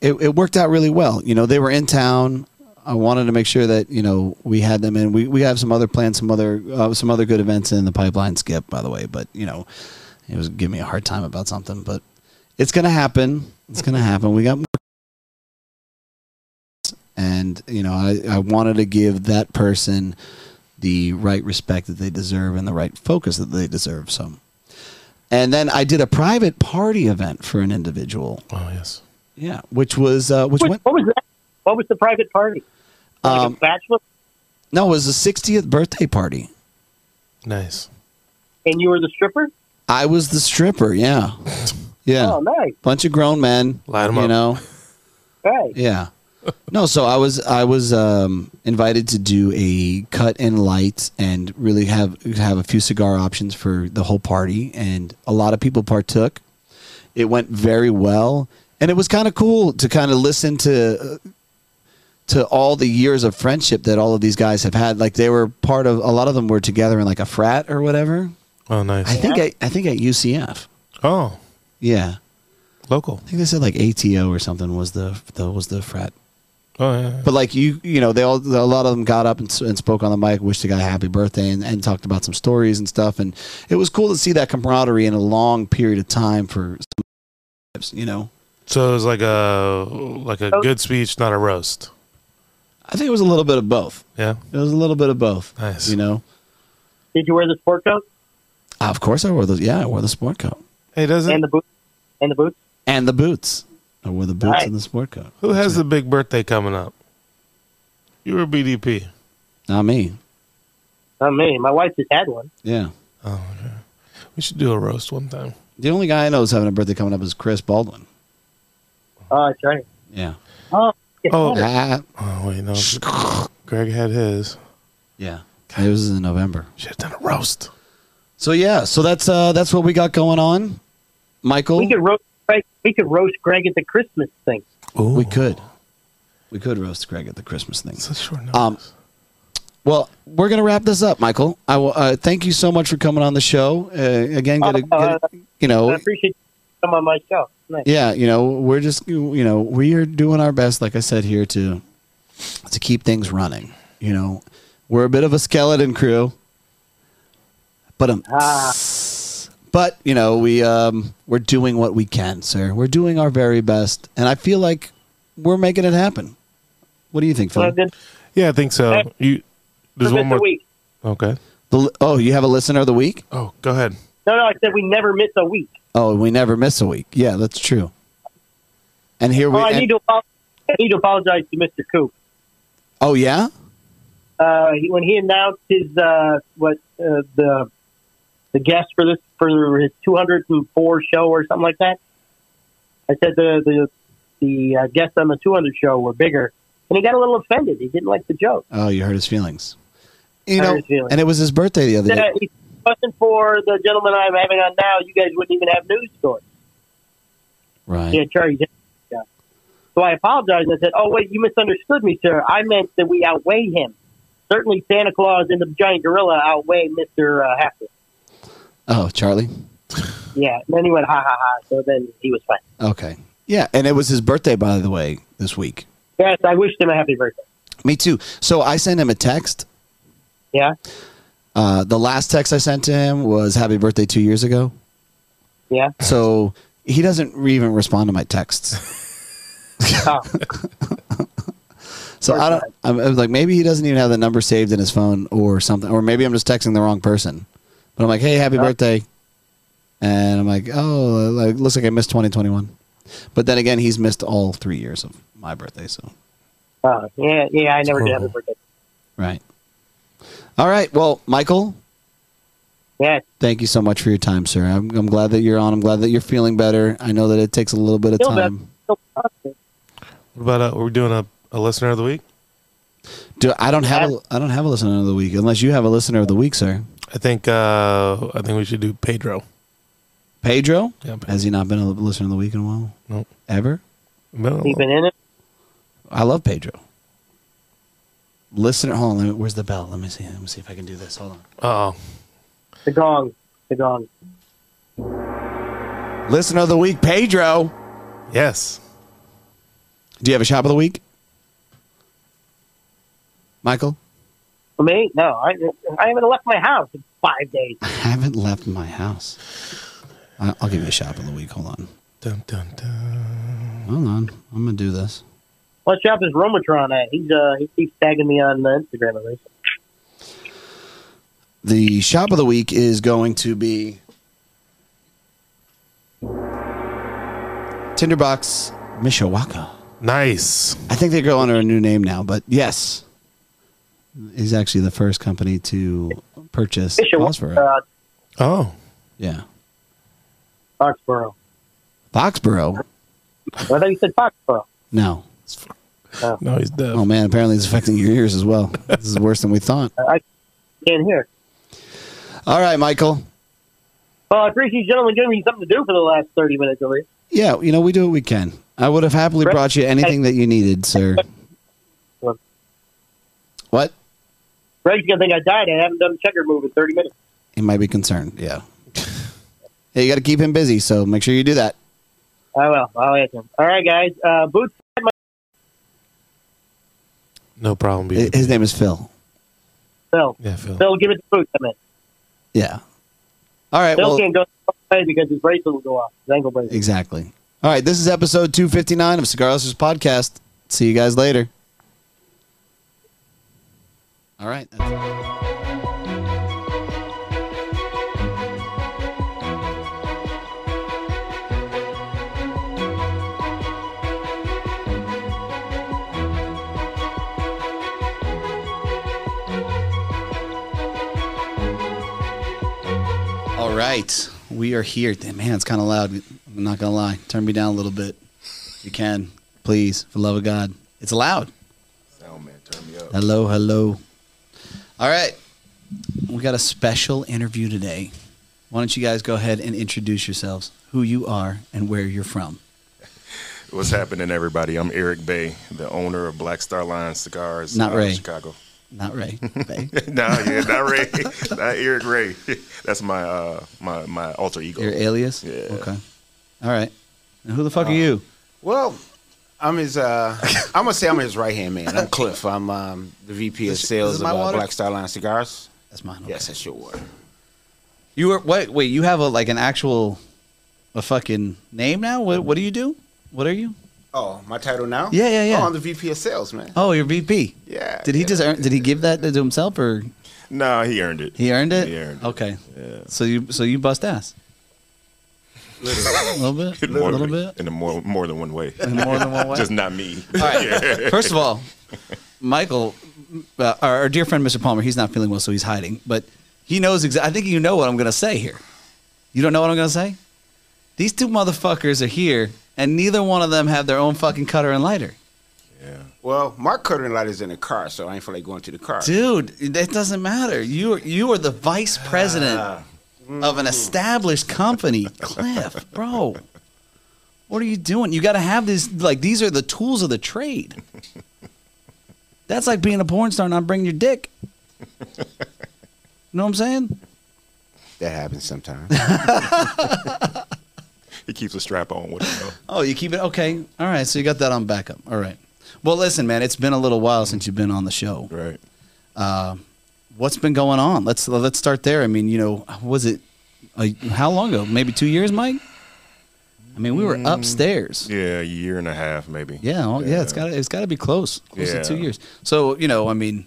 Speaker 1: it, it worked out really well. You know, they were in town. I wanted to make sure that you know we had them in. We we have some other plans, some other uh, some other good events in the pipeline. Skip, by the way, but you know, it was giving me a hard time about something, but it's gonna happen. It's gonna happen. We got and you know I, I wanted to give that person the right respect that they deserve and the right focus that they deserve so and then i did a private party event for an individual
Speaker 2: oh yes.
Speaker 1: yeah which was uh, which
Speaker 3: what,
Speaker 1: went
Speaker 3: what was that? What was the private party? Like
Speaker 1: Um,
Speaker 3: a bachelor,
Speaker 1: no it was a 60th birthday party
Speaker 2: Nice.
Speaker 3: and you were the stripper.
Speaker 1: i was the stripper
Speaker 3: <laughs>
Speaker 1: yeah yeah
Speaker 3: Oh, nice,
Speaker 1: bunch of grown men
Speaker 2: Light 'em
Speaker 1: you
Speaker 2: up.
Speaker 1: know
Speaker 3: right?
Speaker 1: Yeah. No, so I was I was um, invited to do a cut and light and really have have a few cigar options for the whole party and a lot of people partook. It went very well and it was kind of cool to kind of listen to to all the years of friendship that all of these guys have had. Like they were part of a lot of them were together in like a frat or whatever.
Speaker 2: Oh nice.
Speaker 1: I think I, I think at UCF.
Speaker 2: oh,
Speaker 1: Yeah.
Speaker 2: local.
Speaker 1: I think they said like ATO or something was the, the was the frat
Speaker 2: Oh yeah.
Speaker 1: But like you, you know, they all a lot of them got up and, s- and spoke on the mic, wished the guy a happy birthday, and, and talked about some stories and stuff. And it was cool to see that camaraderie in a long period of time for, some lives, you know.
Speaker 2: So it was like a like a
Speaker 3: Oh.
Speaker 2: good speech, not a roast.
Speaker 1: I think it was a little bit of both.
Speaker 2: Yeah.
Speaker 1: It was a little bit of both.
Speaker 2: Nice.
Speaker 1: You know, Uh,
Speaker 3: Did you wear the sport coat
Speaker 1: of course I wore those. Yeah, I wore the sport coat
Speaker 2: Hey,
Speaker 3: and
Speaker 1: Mm-hmm.
Speaker 2: doesn't
Speaker 3: the boots? And the boots?
Speaker 1: and the boots. I wore the boots
Speaker 3: Nice.
Speaker 1: and the sport coat.
Speaker 2: who has the big birthday coming up? You were BDP.
Speaker 1: Not me.
Speaker 3: Not Oh, me. My wife just had one.
Speaker 1: Yeah.
Speaker 2: Oh, okay. We should do a roast one time.
Speaker 1: The only guy I know is having a birthday coming up is Chris Baldwin.
Speaker 3: Oh, that's right.
Speaker 1: Yeah.
Speaker 3: Oh, yeah.
Speaker 2: Oh.
Speaker 1: Ah,
Speaker 2: Oh wait, no. Greg had his.
Speaker 1: yeah. <laughs> It was in November.
Speaker 2: Should have done a roast.
Speaker 1: So yeah, so that's uh that's what we got going on. Michael,
Speaker 3: we could roast. Greg, we could roast Greg at the Christmas thing.
Speaker 2: Ooh.
Speaker 1: We could. We could roast Greg at the Christmas thing.
Speaker 2: It's a short notice.
Speaker 1: Um, Well, we're gonna wrap this up, Michael. I will, uh, thank you so much for coming on the show. Uh, again, get a,
Speaker 3: Uh,
Speaker 1: get a- you
Speaker 3: I
Speaker 1: know,
Speaker 3: appreciate you coming on my show. Nice.
Speaker 1: yeah, you know, we're just you know we are doing our best, like I said here, to to keep things running. You know, we're a bit of a skeleton crew, but um,
Speaker 3: Ah.
Speaker 1: but you know we um we're doing what we can, sir. We're doing our very best, and I feel like we're making it happen. What do you think, Phil?
Speaker 3: Well, good.
Speaker 2: yeah, I think so.
Speaker 3: Hey.
Speaker 2: You there's
Speaker 3: Christmas
Speaker 2: one more
Speaker 3: week.
Speaker 2: Okay.
Speaker 1: The, li- oh, you have a listener of the week?
Speaker 2: Oh, go ahead.
Speaker 3: No, no, I said we never miss a week.
Speaker 1: Oh, we never miss a week. Yeah, that's true. And here
Speaker 3: Oh,
Speaker 1: we.
Speaker 3: I
Speaker 1: and-
Speaker 3: need to apo- I need to apologize to Mr. Coop.
Speaker 1: oh yeah.
Speaker 3: Uh, he- when he announced his uh, what uh, the the guest for this for his 204 show or something like that, I said the the the uh, guests on the 200 show were bigger, and he got a little offended. He didn't like the joke.
Speaker 1: Oh, you hurt his feelings. You
Speaker 3: I hurt
Speaker 1: know,
Speaker 3: his feelings.
Speaker 1: and it was his birthday the other
Speaker 3: He said,
Speaker 1: day.
Speaker 3: "If it wasn't for the gentleman I'm having on now, you guys wouldn't even have news stories.
Speaker 1: Right.
Speaker 3: Yeah, Charlie. Jenkins, Yeah. So I apologized. I said, "Oh wait, you misunderstood me, sir. I meant that we outweigh him. Certainly, Santa Claus and the giant gorilla outweigh Mister uh, Hefner."
Speaker 1: Oh, Charlie.
Speaker 3: Yeah. And then he went, "Ha ha ha." So then he was fine.
Speaker 1: Okay. Yeah, and it was his birthday, by the way, this week.
Speaker 3: Yes, I wished him a happy birthday.
Speaker 1: Me too. So I sent him a text.
Speaker 3: Yeah.
Speaker 1: Uh, the last text I sent to him was "Happy birthday" two years ago.
Speaker 3: Yeah.
Speaker 1: So he doesn't re- even respond to my texts.
Speaker 3: Oh,
Speaker 1: So I don't. I'm, I'm like, maybe he doesn't even have the number saved in his phone or something, or maybe I'm just texting the wrong person. But I'm like, hey, happy
Speaker 3: Yeah.
Speaker 1: birthday, and I'm like, oh, like, looks like I missed 2021. But then again, he's missed all three years of my birthday. So
Speaker 3: oh, yeah, yeah. I never did have
Speaker 2: horrible.
Speaker 3: a birthday.
Speaker 1: right. All right. Well, Michael,
Speaker 3: Yeah.
Speaker 1: Thank you so much for your time, sir. I'm, I'm glad that you're on. I'm glad that you're feeling better. I know that it takes a little bit of
Speaker 3: Feel better.
Speaker 1: time.
Speaker 3: So positive.
Speaker 2: What about uh, we're doing a, a listener of the week?
Speaker 1: Do, I don't have a, I don't have a listener of the week unless you have a listener of the week, sir.
Speaker 2: I think uh, I think we should do Pedro.
Speaker 1: Pedro
Speaker 2: Yeah, Pedro.
Speaker 1: has he not been a listener of the week in a while?
Speaker 2: Nope.
Speaker 1: Ever?
Speaker 2: Been a
Speaker 3: He
Speaker 2: little-
Speaker 3: been in it.
Speaker 1: I love Pedro. Listener, hold on. Let me, where's the bell? Let me see. Let me see if I can do this. Hold on.
Speaker 2: Uh-oh.
Speaker 3: The gong. The gong.
Speaker 1: Listener of the week, Pedro.
Speaker 2: Yes.
Speaker 1: Do you have a shop of the week, Michael?
Speaker 3: For me? No, I I haven't left my house in five days.
Speaker 1: I haven't left my house. I- I'll give you a shop of the week. Hold on.
Speaker 2: Dun, dun, dun.
Speaker 1: Hold on. I'm gonna do this.
Speaker 3: What shop is Romatron at? He's uh he keeps tagging me on uh, Instagram at least.
Speaker 1: The shop of the week is going to be Tinderbox Mishawaka.
Speaker 2: Nice.
Speaker 1: I think they go under a new name now, but yes, he's actually the first company to purchase
Speaker 3: uh,
Speaker 1: Foxborough.
Speaker 3: Bishop,
Speaker 2: Oh,
Speaker 1: yeah,
Speaker 3: uh, Foxborough.
Speaker 1: Foxborough.
Speaker 3: Well, I thought you said Foxborough.
Speaker 1: No.
Speaker 2: no, he's deaf.
Speaker 1: Oh man, apparently it's affecting your ears as well. This is worse than we thought.
Speaker 3: I can't hear.
Speaker 1: All right, Michael.
Speaker 3: Well, I appreciate Uh, you gentlemen giving me something to do for the last 30 minutes at least.
Speaker 1: Yeah, you know we do what we can. I would have happily brought you anything that you needed, sir. What?
Speaker 3: Greg's going to think I died. I haven't done a checker move in 30 minutes.
Speaker 1: he might be concerned. Yeah. <laughs> yeah, you got to keep him busy, so make sure you do that.
Speaker 3: I will. I'll answer him. All right, guys. Uh, Boots,
Speaker 2: No problem.
Speaker 1: I-
Speaker 2: Beaver.
Speaker 1: His name is Phil.
Speaker 3: Phil.
Speaker 2: yeah, Phil.
Speaker 3: Phil, give it to Boots. I mean,
Speaker 1: Yeah. All right.
Speaker 3: Phil
Speaker 1: Well,
Speaker 3: can't go play because his bracelet will go off. His ankle bracelet.
Speaker 1: exactly. All right. This is episode 259 of Cigar Hustlers Podcast. See you guys later. All right. that's- All right, we are here. Damn, Man, it's kind of loud. I'm not gonna lie. Turn me down a little bit, if you can, please, for the love of God. It's loud.
Speaker 4: Oh,
Speaker 1: Sound man, turn me up. Hello, hello. All right, we got a special interview today. Why don't you guys go ahead and introduce yourselves, who you are, and where you're from?
Speaker 4: What's happening, everybody? I'm Eric Bay, the owner of Black Star Line Cigars,
Speaker 1: Not
Speaker 4: out of
Speaker 1: Ray.
Speaker 4: Chicago. <laughs>
Speaker 1: Not Ray. Ray.
Speaker 4: no, yeah, not Ray, <laughs> not Eric Ray. <laughs> That's my uh, my my alter ego.
Speaker 1: Your alias.
Speaker 4: Yeah.
Speaker 1: Okay. All right. And who the fuck are you?
Speaker 5: Well, I'm
Speaker 1: <laughs>
Speaker 5: his. Uh, I'm gonna say I'm his right hand man. I'm Cliff. I'm um, the VP of
Speaker 1: Is-
Speaker 5: sales
Speaker 1: is it
Speaker 5: of
Speaker 1: my
Speaker 5: uh,
Speaker 1: water?
Speaker 5: Black Star Line Cigars.
Speaker 1: That's mine. okay.
Speaker 5: Yes, that's your word.
Speaker 1: You were wait wait you have a like an actual a fucking name now? What what do you do? What are you?
Speaker 5: Oh, my title now?
Speaker 1: Yeah, yeah, yeah.
Speaker 5: Oh, I'm the VP of sales, man.
Speaker 1: Oh, you're VP.
Speaker 5: Yeah.
Speaker 1: Did he
Speaker 5: yeah.
Speaker 1: just earn, did he give that to himself or
Speaker 4: Nah, he earned it.
Speaker 1: He earned it.
Speaker 4: He earned it.
Speaker 1: Okay.
Speaker 4: Yeah.
Speaker 1: So you so you bust ass. a little bit. A
Speaker 4: In more
Speaker 1: little
Speaker 4: than-
Speaker 1: bit.
Speaker 4: in a more more than one way.
Speaker 1: <laughs>
Speaker 4: <laughs>
Speaker 1: In more than one way.
Speaker 4: Just not me. <laughs>
Speaker 1: First of all, Michael, uh, our, our dear friend Mr. Palmer, he's not feeling well, so he's hiding. But he knows exactly. I think you know what I'm going to say here. You don't know what I'm going to say? These two motherfuckers are here, and neither one of them have their own fucking cutter and lighter.
Speaker 4: yeah.
Speaker 5: Well, my curtain light is in the car, so I ain't feel like going to the car.
Speaker 1: Dude, that doesn't matter. You are, you are the vice president of an established company, Cliff, bro. What are you doing? You got to have this. Like these are the tools of the trade. That's like being a porn star and not bringing your dick. You know what I'm saying?
Speaker 5: That
Speaker 1: <laughs>
Speaker 5: happens sometimes.
Speaker 4: He keeps a strap on with him. though.
Speaker 1: Oh, you keep it okay. All right, so you got that on backup. All right. Well, listen, man, it's been a little while since you've been on the show.
Speaker 4: Right.
Speaker 1: uh, What's been going on? Let's let's start there. I mean, you know, was it a, how long ago? Maybe two years, Mike. I mean, we were
Speaker 4: Mm.
Speaker 1: upstairs.
Speaker 4: Yeah, a year and a half maybe.
Speaker 1: Yeah, well, yeah, it's got it's got to be close, close
Speaker 4: Yeah.
Speaker 1: to two years. So you know, I mean,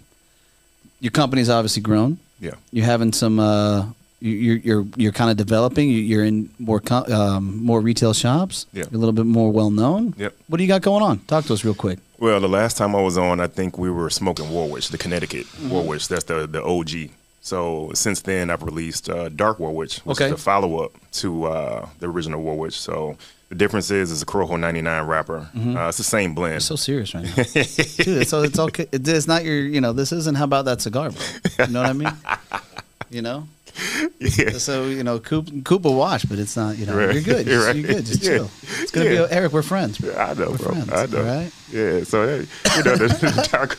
Speaker 1: your company's obviously grown.
Speaker 4: Yeah.
Speaker 1: You're having some. Uh, you- you're you're you're kind of developing. You- You're in more co- um, more retail shops.
Speaker 4: Yeah.
Speaker 1: You're a little bit more well known.
Speaker 4: Yep.
Speaker 1: What do you got going on? Talk to us real quick.
Speaker 4: Well, the last time I was on, I think we were smoking Warwich, the Connecticut
Speaker 1: Mm-hmm.
Speaker 4: Warwich. That's the the OG. So since then, I've released uh, Dark Warwich, which
Speaker 1: Okay.
Speaker 4: is the follow up to uh, the original Warwich. So the difference is, it's a Corojo '99 rapper. Uh, it's the same blend.
Speaker 1: You're Mm-hmm. so serious right
Speaker 4: <laughs>
Speaker 1: now, dude. So it's all ca- it's not your you know this isn't how about that cigar, bro. You know what I mean? You know.
Speaker 4: Yeah.
Speaker 1: So you know, Coop, Coop will watch, but it's not. You know,
Speaker 4: Right.
Speaker 1: you're good. You're,
Speaker 4: Right.
Speaker 1: good. Just
Speaker 4: Yeah.
Speaker 1: chill. It's gonna
Speaker 4: Yeah.
Speaker 1: be Eric. We're friends. bro.
Speaker 4: I know,
Speaker 1: We're
Speaker 4: bro.
Speaker 1: friends,
Speaker 4: I know.
Speaker 1: right?
Speaker 4: Yeah. So hey, you know the, <laughs> the dark,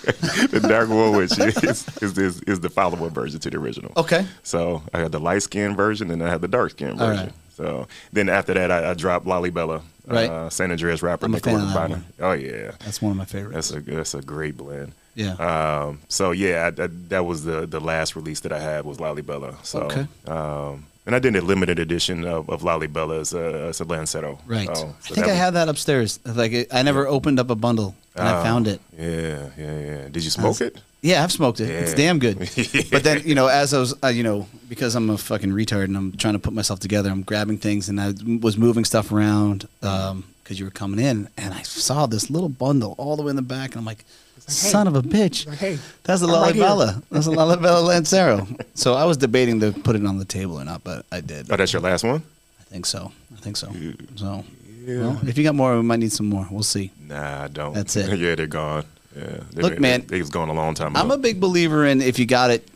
Speaker 4: the dark Warwich is is, is is the follow up version to the original.
Speaker 1: Okay.
Speaker 4: So I had the light skin version and I had the dark skin
Speaker 1: All
Speaker 4: version.
Speaker 1: right.
Speaker 4: So then after that, I, I dropped Lalibella,
Speaker 1: Right.
Speaker 4: uh, San Andreas rapper.
Speaker 1: I'm a
Speaker 4: Nick
Speaker 1: fan of that
Speaker 4: Urbana.
Speaker 1: one.
Speaker 4: Oh yeah,
Speaker 1: That's one of my favorites.
Speaker 4: that's a that's a great blend.
Speaker 1: yeah.
Speaker 4: Um, so yeah, I, I, that was the the last release that I had was Lalibella. So
Speaker 1: Okay.
Speaker 4: um, and I did a limited edition of, of Lalibella. It's a, it's a Lancero.
Speaker 1: right.
Speaker 4: oh, So-
Speaker 1: I
Speaker 4: so
Speaker 1: think I
Speaker 4: that
Speaker 1: had that upstairs. Like it, I never opened up a bundle and
Speaker 4: Oh.
Speaker 1: I found it.
Speaker 4: was- Yeah, yeah, yeah. Did you smoke it?
Speaker 1: Yeah, I've smoked it. It's
Speaker 4: Yeah.
Speaker 1: damn good. <laughs> But then you know, as I was, uh, you know, because I'm a fucking retard and I'm trying to put myself together, I'm grabbing things and I was moving stuff around because you were coming in, and I saw this little bundle all the way in the back, and I'm like. Son of a bitch! hey, that's a lalibella. that's <laughs> a lalibella lancero. So I was debating to put it on the table or not, but I did.
Speaker 4: Oh, that's your last one?
Speaker 1: I think so. I think so. So, well, if you got more, we might need some more. We'll see.
Speaker 4: Nah, I don't.
Speaker 1: That's it.
Speaker 4: <laughs> yeah, they're gone. Yeah. They,
Speaker 1: Look,
Speaker 4: they-
Speaker 1: man,
Speaker 4: they was gone a long time ago.
Speaker 1: I'm a big believer in if you got it,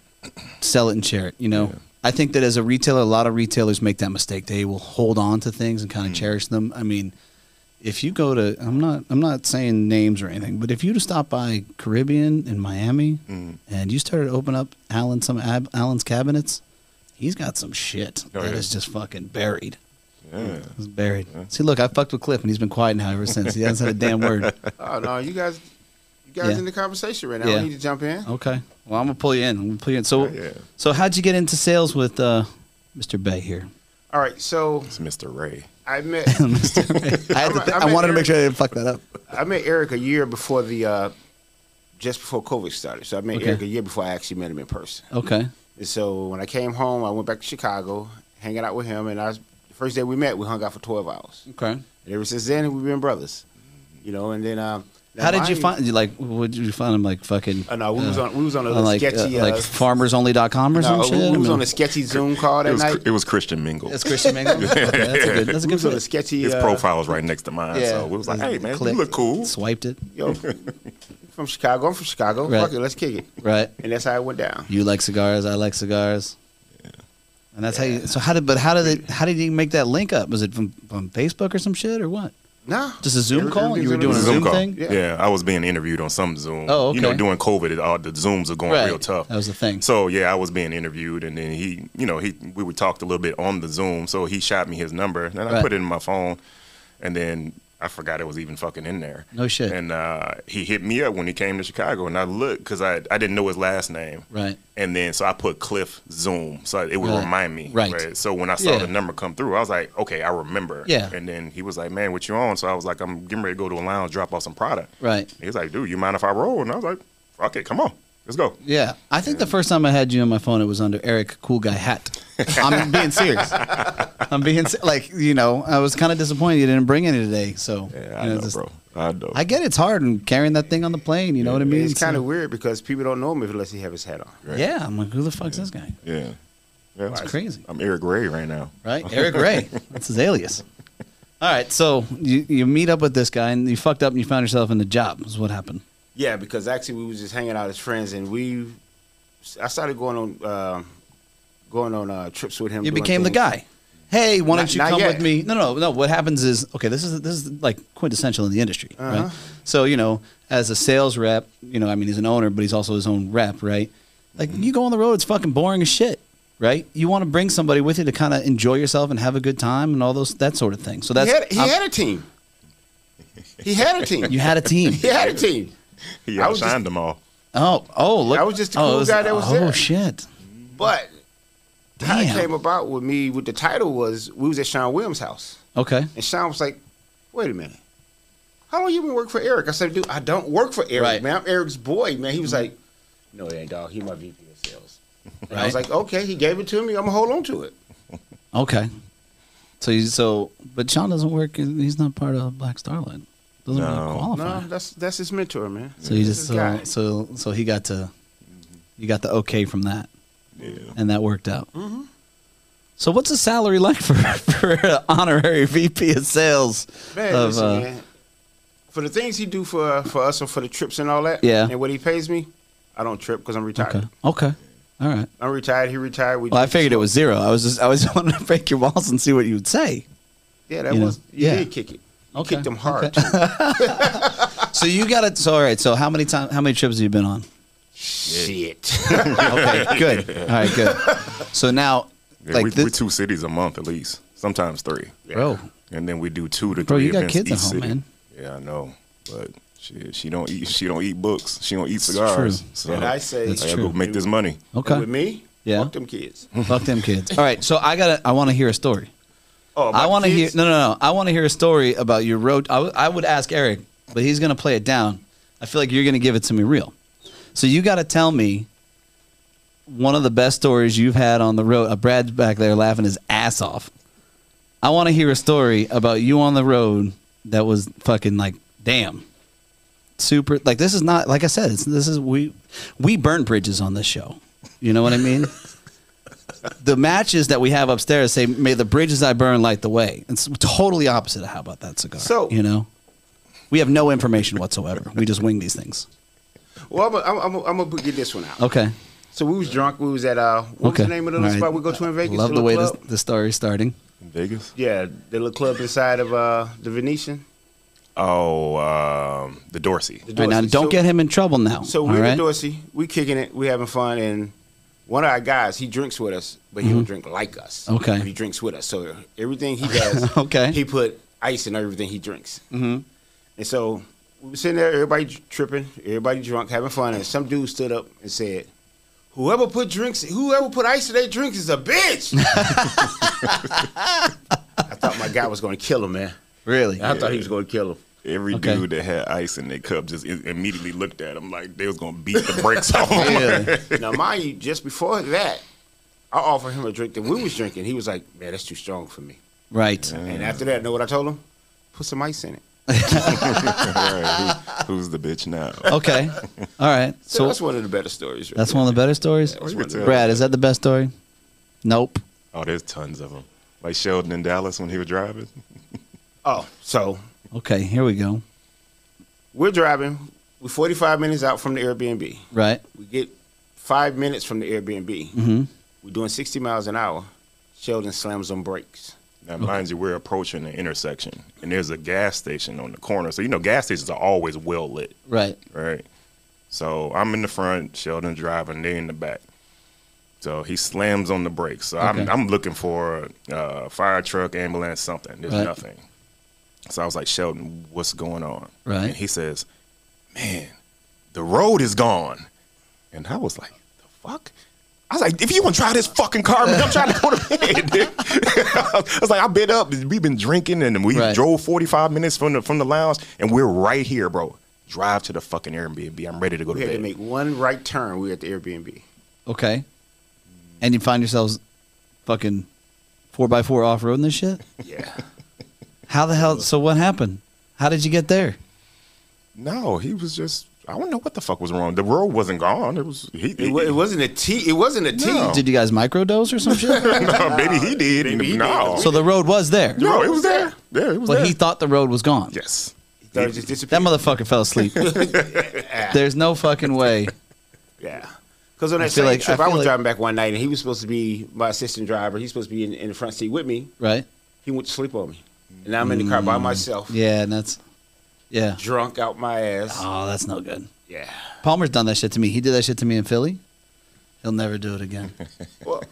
Speaker 1: sell it and share it. You know, I think that as a retailer, a lot of retailers make that mistake. They will hold on to things and
Speaker 4: Mm.
Speaker 1: kind of cherish them. I mean, if you go to, I'm not, I'm not saying names or anything, but if you to stop by Caribbean in Miami
Speaker 4: Mm,
Speaker 1: and you started to open up Alan some Ab, Alan's cabinets, he's got some shit that
Speaker 4: Oh,
Speaker 1: is
Speaker 4: yeah.
Speaker 1: just fucking buried.
Speaker 4: yeah.
Speaker 1: It's buried. See, look, I fucked with Cliff and he's been quiet now ever since. He hasn't said a damn
Speaker 4: <laughs>
Speaker 1: word.
Speaker 5: oh no, you guys, you guys
Speaker 1: Yeah.
Speaker 5: in the conversation right now.
Speaker 1: Yeah. Oh.
Speaker 5: I need to jump in.
Speaker 1: Okay. Well, I'm gonna pull you in. I'm gonna pull you in. So,
Speaker 4: Oh, yeah.
Speaker 1: so how'd you get into sales with uh, Mr. Bay here? <laughs>
Speaker 5: All right, so
Speaker 4: It's Mr. Ray.
Speaker 5: I met
Speaker 1: Mr. Bay. I, had to
Speaker 5: I'm a-
Speaker 1: thi-
Speaker 5: I'm
Speaker 1: I
Speaker 5: a
Speaker 1: wanted to make
Speaker 5: nerd.
Speaker 1: sure I didn't fuck that up.
Speaker 5: I met Eric a year before the uh, just before COVID started. So I met
Speaker 1: Okay.
Speaker 5: Eric a year before I actually met him in person.
Speaker 1: Okay.
Speaker 5: And so when I came home, I went back to Chicago, hanging out with him, and I was, the first day we met, we hung out for twelve hours.
Speaker 1: Okay.
Speaker 5: And ever since then, we've been brothers. You know, and then um, now
Speaker 1: How did
Speaker 5: mind
Speaker 1: you find? You like? What did you find him? Like fucking.
Speaker 5: Oh, no, we
Speaker 1: uh,
Speaker 5: was on we was on a
Speaker 1: on, like
Speaker 5: sketchy
Speaker 1: uh, like
Speaker 5: uh,
Speaker 1: farmersonly.com or some
Speaker 5: no,
Speaker 1: shit.
Speaker 5: we, we
Speaker 1: I
Speaker 5: was
Speaker 1: mean-
Speaker 5: on a sketchy Zoom
Speaker 1: Oh,
Speaker 5: call
Speaker 4: It
Speaker 5: that
Speaker 4: was,
Speaker 5: night.
Speaker 4: it was Christian Mingle.
Speaker 1: <laughs> That's Christian Mingle. Okay, that's a good. That's a
Speaker 5: we
Speaker 1: good.
Speaker 5: was on a
Speaker 1: fit.
Speaker 5: sketchy.
Speaker 4: His
Speaker 5: uh,
Speaker 4: profile is right next to mine.
Speaker 5: yeah.
Speaker 4: So we was like, hey, man,
Speaker 1: Click.
Speaker 4: you look cool.
Speaker 1: Swiped it.
Speaker 5: Yo, from Chicago. I'm from Chicago.
Speaker 1: Right.
Speaker 5: Fuck it, let's kick it.
Speaker 1: Right.
Speaker 5: And that's how it went down.
Speaker 1: You like cigars. I like cigars. And that's how you. So how did? But how did it? How did you make that link up? Was it from, from Facebook or some shit or what?
Speaker 5: No,
Speaker 1: Just a Zoom call? You were
Speaker 5: Everything's
Speaker 1: doing
Speaker 5: on
Speaker 1: a
Speaker 5: the
Speaker 1: Zoom
Speaker 4: call.
Speaker 1: thing?
Speaker 4: Yeah. I was being interviewed on some Zoom.
Speaker 1: Oh,
Speaker 4: You know,
Speaker 1: okay.
Speaker 4: during COVID, it, all the Zooms are going real tough.
Speaker 1: That was the thing.
Speaker 4: So yeah, I was being interviewed, and then he, you know, he we were talked a little bit on the Zoom. So he shot me his number, and
Speaker 1: Right.
Speaker 4: I put it in my phone, and then I forgot it was even fucking in there.
Speaker 1: No shit.
Speaker 4: And uh, he hit me up when he came to Chicago, and I looked because I I didn't know his last name,
Speaker 1: right.
Speaker 4: and then so I put Cliff Zoom, so it would
Speaker 1: Right.
Speaker 4: remind me.
Speaker 1: Uh, Right.
Speaker 4: So when I saw
Speaker 1: Yeah.
Speaker 4: the number come through, I was like, okay, I remember.
Speaker 1: Yeah.
Speaker 4: And then he was like, man, what you on? So I was like, I'm getting ready to go to a lounge, drop off some product.
Speaker 1: Right.
Speaker 4: He was like, dude, you mind if I roll? And I was like, fuck it, come on. Let's go.
Speaker 1: Yeah, I think the first time I had you on my phone, it was under Eric Cool Guy Hat. I'm being serious. I'm being se- like you know, I was kind of disappointed you didn't bring any today. So
Speaker 4: Yeah, I
Speaker 1: you
Speaker 4: know,
Speaker 1: just-
Speaker 4: bro. I know.
Speaker 1: I get it's hard and carrying that thing on the plane. You know what I mean?
Speaker 5: It's
Speaker 1: So-
Speaker 5: kind of weird because people don't know him unless he have his hat on.
Speaker 4: Right.
Speaker 1: yeah. I'm like, who the fuck's this guy?
Speaker 4: yeah. yeah.
Speaker 1: It's crazy.
Speaker 4: I'm Eric Ray right now.
Speaker 1: right? Eric Ray. That's his alias. All right, so you, you meet up with this guy and you fucked up and you found yourself in the job. Is what happened.
Speaker 5: Yeah, because actually we was just hanging out as friends, and we, I started going on, uh, going on uh, trips with him.
Speaker 1: You
Speaker 5: doing
Speaker 1: became the
Speaker 5: things.
Speaker 1: guy. Hey, why don't
Speaker 5: Not-
Speaker 1: you
Speaker 5: not
Speaker 1: come
Speaker 5: yet.
Speaker 1: with me? No, no, no. What happens is okay. This is this is like quintessential in the industry,
Speaker 5: Uh-huh.
Speaker 1: right? So you know, as a sales rep, you know, I mean, he's an owner, but he's also his own rep, right? Like you go on the road, it's fucking boring as shit, right? You want to bring somebody with you to kind of enjoy yourself and have a good time and all those that sort of thing. So that's
Speaker 5: he had, he
Speaker 1: I'm-
Speaker 5: had a team. He had a team.
Speaker 1: <laughs> you had a team.
Speaker 5: <laughs> he had a team.
Speaker 4: <laughs> He
Speaker 5: I was
Speaker 4: outshined them all.
Speaker 1: Oh, oh, look.
Speaker 5: I was just the
Speaker 1: oh,
Speaker 5: cool
Speaker 1: it was-
Speaker 5: guy that was
Speaker 1: oh,
Speaker 5: there.
Speaker 1: shit.
Speaker 5: But how it
Speaker 1: Damn.
Speaker 5: came about with me with the title was we was at Sean Williams' house,
Speaker 1: Okay.
Speaker 5: and Sean was like, "Wait a minute, how long you been working for Eric?" I said, "Dude, I don't work for Eric,
Speaker 1: Right. Mm-hmm.
Speaker 5: man. I'm Eric's boy, man." He was like, "No, it ain't, dog. He my VP of sales." And I was
Speaker 1: Right.
Speaker 5: like, "Okay." He gave it to me. I'm gonna hold on to it.
Speaker 1: Okay. So you so but Sean doesn't work he's not part of Black Starlight. Doesn't
Speaker 4: No.
Speaker 1: really qualify.
Speaker 5: No, that's that's his mentor, man.
Speaker 1: So you just uh,
Speaker 5: This guy.
Speaker 1: so, so so he got to you got the okay from that
Speaker 4: Yeah.
Speaker 1: and that worked out. Mm-hmm. So what's the salary like for <laughs> for an honorary VP of sales?
Speaker 5: Man,
Speaker 1: of,
Speaker 5: listen,
Speaker 1: uh,
Speaker 5: man. For the things he do for for us and for the trips and all that,
Speaker 1: Yeah.
Speaker 5: and what he pays me, I don't trip because I'm retired.
Speaker 1: Okay. Okay. All right.
Speaker 5: I'm retired. He retired. We
Speaker 1: Well, I
Speaker 5: do-
Speaker 1: figured it was zero. I was just I was <laughs> wanting to break your walls and see what you would say.
Speaker 5: Yeah, that
Speaker 1: you know,
Speaker 5: was. You
Speaker 1: yeah.
Speaker 5: did kick it. You
Speaker 1: Okay,
Speaker 5: kicked him hard. <laughs>
Speaker 1: okay.
Speaker 5: too.
Speaker 1: So you got it. So all right. So how many time? How many trips have you been on?
Speaker 5: Shit.
Speaker 4: <laughs>
Speaker 1: Okay, good. All right, good. So now,
Speaker 4: Yeah,
Speaker 1: like
Speaker 4: we,
Speaker 1: this,
Speaker 4: we're two cities a month at least, sometimes three.
Speaker 1: bro,
Speaker 4: And then we do two to
Speaker 1: Bro,
Speaker 4: three
Speaker 1: you got
Speaker 4: events
Speaker 1: kids at
Speaker 4: each
Speaker 1: home,
Speaker 4: city.
Speaker 1: man.
Speaker 4: Yeah, I know. But she she don't eat she don't eat books. She don't eat
Speaker 1: It's
Speaker 4: cigars.
Speaker 1: true.
Speaker 4: So
Speaker 5: <laughs> and I say,
Speaker 1: That's
Speaker 4: I gotta
Speaker 1: true.
Speaker 4: go make this money.
Speaker 5: and with
Speaker 1: okay,
Speaker 5: me,
Speaker 1: Yeah.
Speaker 5: fuck them kids.
Speaker 1: fuck them kids. All right, so I gotta, I want to hear a story.
Speaker 5: Oh, about
Speaker 1: I
Speaker 5: the
Speaker 1: want to hear,
Speaker 5: kids?
Speaker 1: no, no, no, I want to hear a story about your road. I, w- I would ask Eric, but he's gonna play it down. I feel like you're gonna give it to me real. So you gotta tell me one of the best stories you've had on the road. Uh, Brad's back there laughing his ass off. I want to hear a story about you on the road that was fucking like, damn. super like this is not like I said it's, this is we we burn bridges on this show. You know what I
Speaker 5: <laughs>
Speaker 1: mean? the matches that we have upstairs say may the bridges I burn light the way. It's totally opposite of how about that cigar.
Speaker 5: So-
Speaker 1: you know, we have no information whatsoever. we just wing these things.
Speaker 5: Well, I'm I'm I'm, I'm gonna get this one out.
Speaker 1: Okay.
Speaker 5: So we was drunk. We was at uh, what
Speaker 1: okay.
Speaker 5: was the name of the little
Speaker 1: All right.
Speaker 5: spot we go to in Vegas?
Speaker 1: Love the
Speaker 5: little
Speaker 1: way this,
Speaker 5: club?
Speaker 1: the story's starting.
Speaker 4: In Vegas?
Speaker 5: Yeah, the little club inside of uh the Venetian.
Speaker 4: Oh, um, the Dorsey.
Speaker 5: The
Speaker 1: All right, now
Speaker 5: Dorsey.
Speaker 1: don't
Speaker 5: So-
Speaker 1: get him in trouble now.
Speaker 5: So
Speaker 1: all
Speaker 5: we're
Speaker 1: right?
Speaker 5: in Dorsey. We kicking it. We having fun, and one of our guys, he drinks with us, but he don't drink like us.
Speaker 1: Mm-hmm. Okay.
Speaker 5: He drinks with us, so everything he
Speaker 1: <laughs>
Speaker 5: does,
Speaker 1: Okay.
Speaker 5: he put ice in everything he drinks. Mm-hmm. And so we were sitting there, everybody tripping, everybody drunk, having fun, and some dude stood up and said. Whoever put drinks, whoever put ice in their drinks is a bitch.
Speaker 1: <laughs>
Speaker 5: I thought my guy was going to kill him, man.
Speaker 1: Really?
Speaker 5: I thought he was going to kill him.
Speaker 4: Every
Speaker 1: Okay.
Speaker 4: dude that had ice in their cup just i- immediately looked at him like they was gonna beat the
Speaker 1: <laughs>
Speaker 4: brakes off him.
Speaker 5: <laughs>
Speaker 1: Really?
Speaker 5: now, mind you, just before that, I offered him a drink that we was drinking. He was like, "Man, that's too strong for me."
Speaker 1: Right.
Speaker 5: And after that, know what I told him? Put some ice in it.
Speaker 4: <laughs> Right, who- who's the bitch now?
Speaker 1: Okay. All right.
Speaker 5: <laughs> So,
Speaker 1: So
Speaker 5: that's one of the better stories. Right
Speaker 1: that's one of the better stories.
Speaker 5: That's
Speaker 4: You could tell.
Speaker 1: Brad, is that the best story? Nope.
Speaker 4: Oh, there's tons of them. Like Sheldon in Dallas when he was driving.
Speaker 5: Oh, so
Speaker 1: Okay, here we go.
Speaker 5: we're driving. We're 45 minutes out from the Airbnb.
Speaker 1: Right.
Speaker 5: We get five minutes from the Airbnb.
Speaker 1: hmm
Speaker 5: We're doing 60 miles an hour. Sheldon slams on brakes.
Speaker 4: Now, mind you, we're approaching the intersection, and there's a gas station on the corner. So you know, gas stations are always well lit.
Speaker 1: Right.
Speaker 4: right? So I'm in the front, Sheldon driving, they in the back. So he slams on the brakes. So I'm,
Speaker 1: Okay.
Speaker 4: I'm looking for a uh, fire truck, ambulance, something. There's
Speaker 1: Right.
Speaker 4: nothing. So I was like, Sheldon, what's going on?
Speaker 1: Right.
Speaker 4: And he says, man, the road is gone. And I was like, the fuck? I was like, if you want to try this fucking car, man, I'm trying to go to bed. dude. <laughs> I was like, I been up. We've been drinking and we
Speaker 1: Right.
Speaker 4: drove 45 minutes from the from the lounge and we're right here, bro. drive to the fucking Airbnb. I'm ready to go to
Speaker 5: We had to
Speaker 4: bed.
Speaker 5: make one right turn. We were at the Airbnb.
Speaker 1: Okay. And you find yourselves fucking four by four off roading this shit?
Speaker 5: Yeah.
Speaker 1: How the hell? So what happened? How did you get there?
Speaker 4: <laughs> no, he was just. I don't know what the fuck was wrong. The road wasn't gone. It was. He,
Speaker 5: It,
Speaker 4: <laughs>
Speaker 5: wa- it wasn't a T. It wasn't a T.
Speaker 4: No.
Speaker 1: Did you guys microdose or some
Speaker 4: <laughs>
Speaker 1: shit?
Speaker 4: no, maybe he did.
Speaker 5: Maybe he did.
Speaker 4: no.
Speaker 1: so the road was there,
Speaker 4: no, it was there. Yeah, it was
Speaker 1: but
Speaker 4: there.
Speaker 1: he thought the road was gone.
Speaker 4: yes.
Speaker 5: He thought it just disappeared.
Speaker 1: That motherfucker fell
Speaker 4: <laughs>
Speaker 1: asleep. There's no fucking way.
Speaker 5: Yeah. Because on that
Speaker 1: feel
Speaker 5: same
Speaker 1: like- I
Speaker 5: trip, I,
Speaker 1: feel
Speaker 5: was
Speaker 1: like-
Speaker 5: driving back one night, and he was supposed to be my assistant driver. He's supposed to be in, in the front seat with me.
Speaker 1: Right?
Speaker 5: He went to sleep on me, and now I'm in the car by myself,
Speaker 1: Mm. Yeah, and that's yeah.
Speaker 5: drunk out my ass.
Speaker 1: Oh, that's no good.
Speaker 5: Yeah.
Speaker 1: Palmer's done that shit to me. He did that shit to me in Philly. He'll never do it again.
Speaker 5: Well,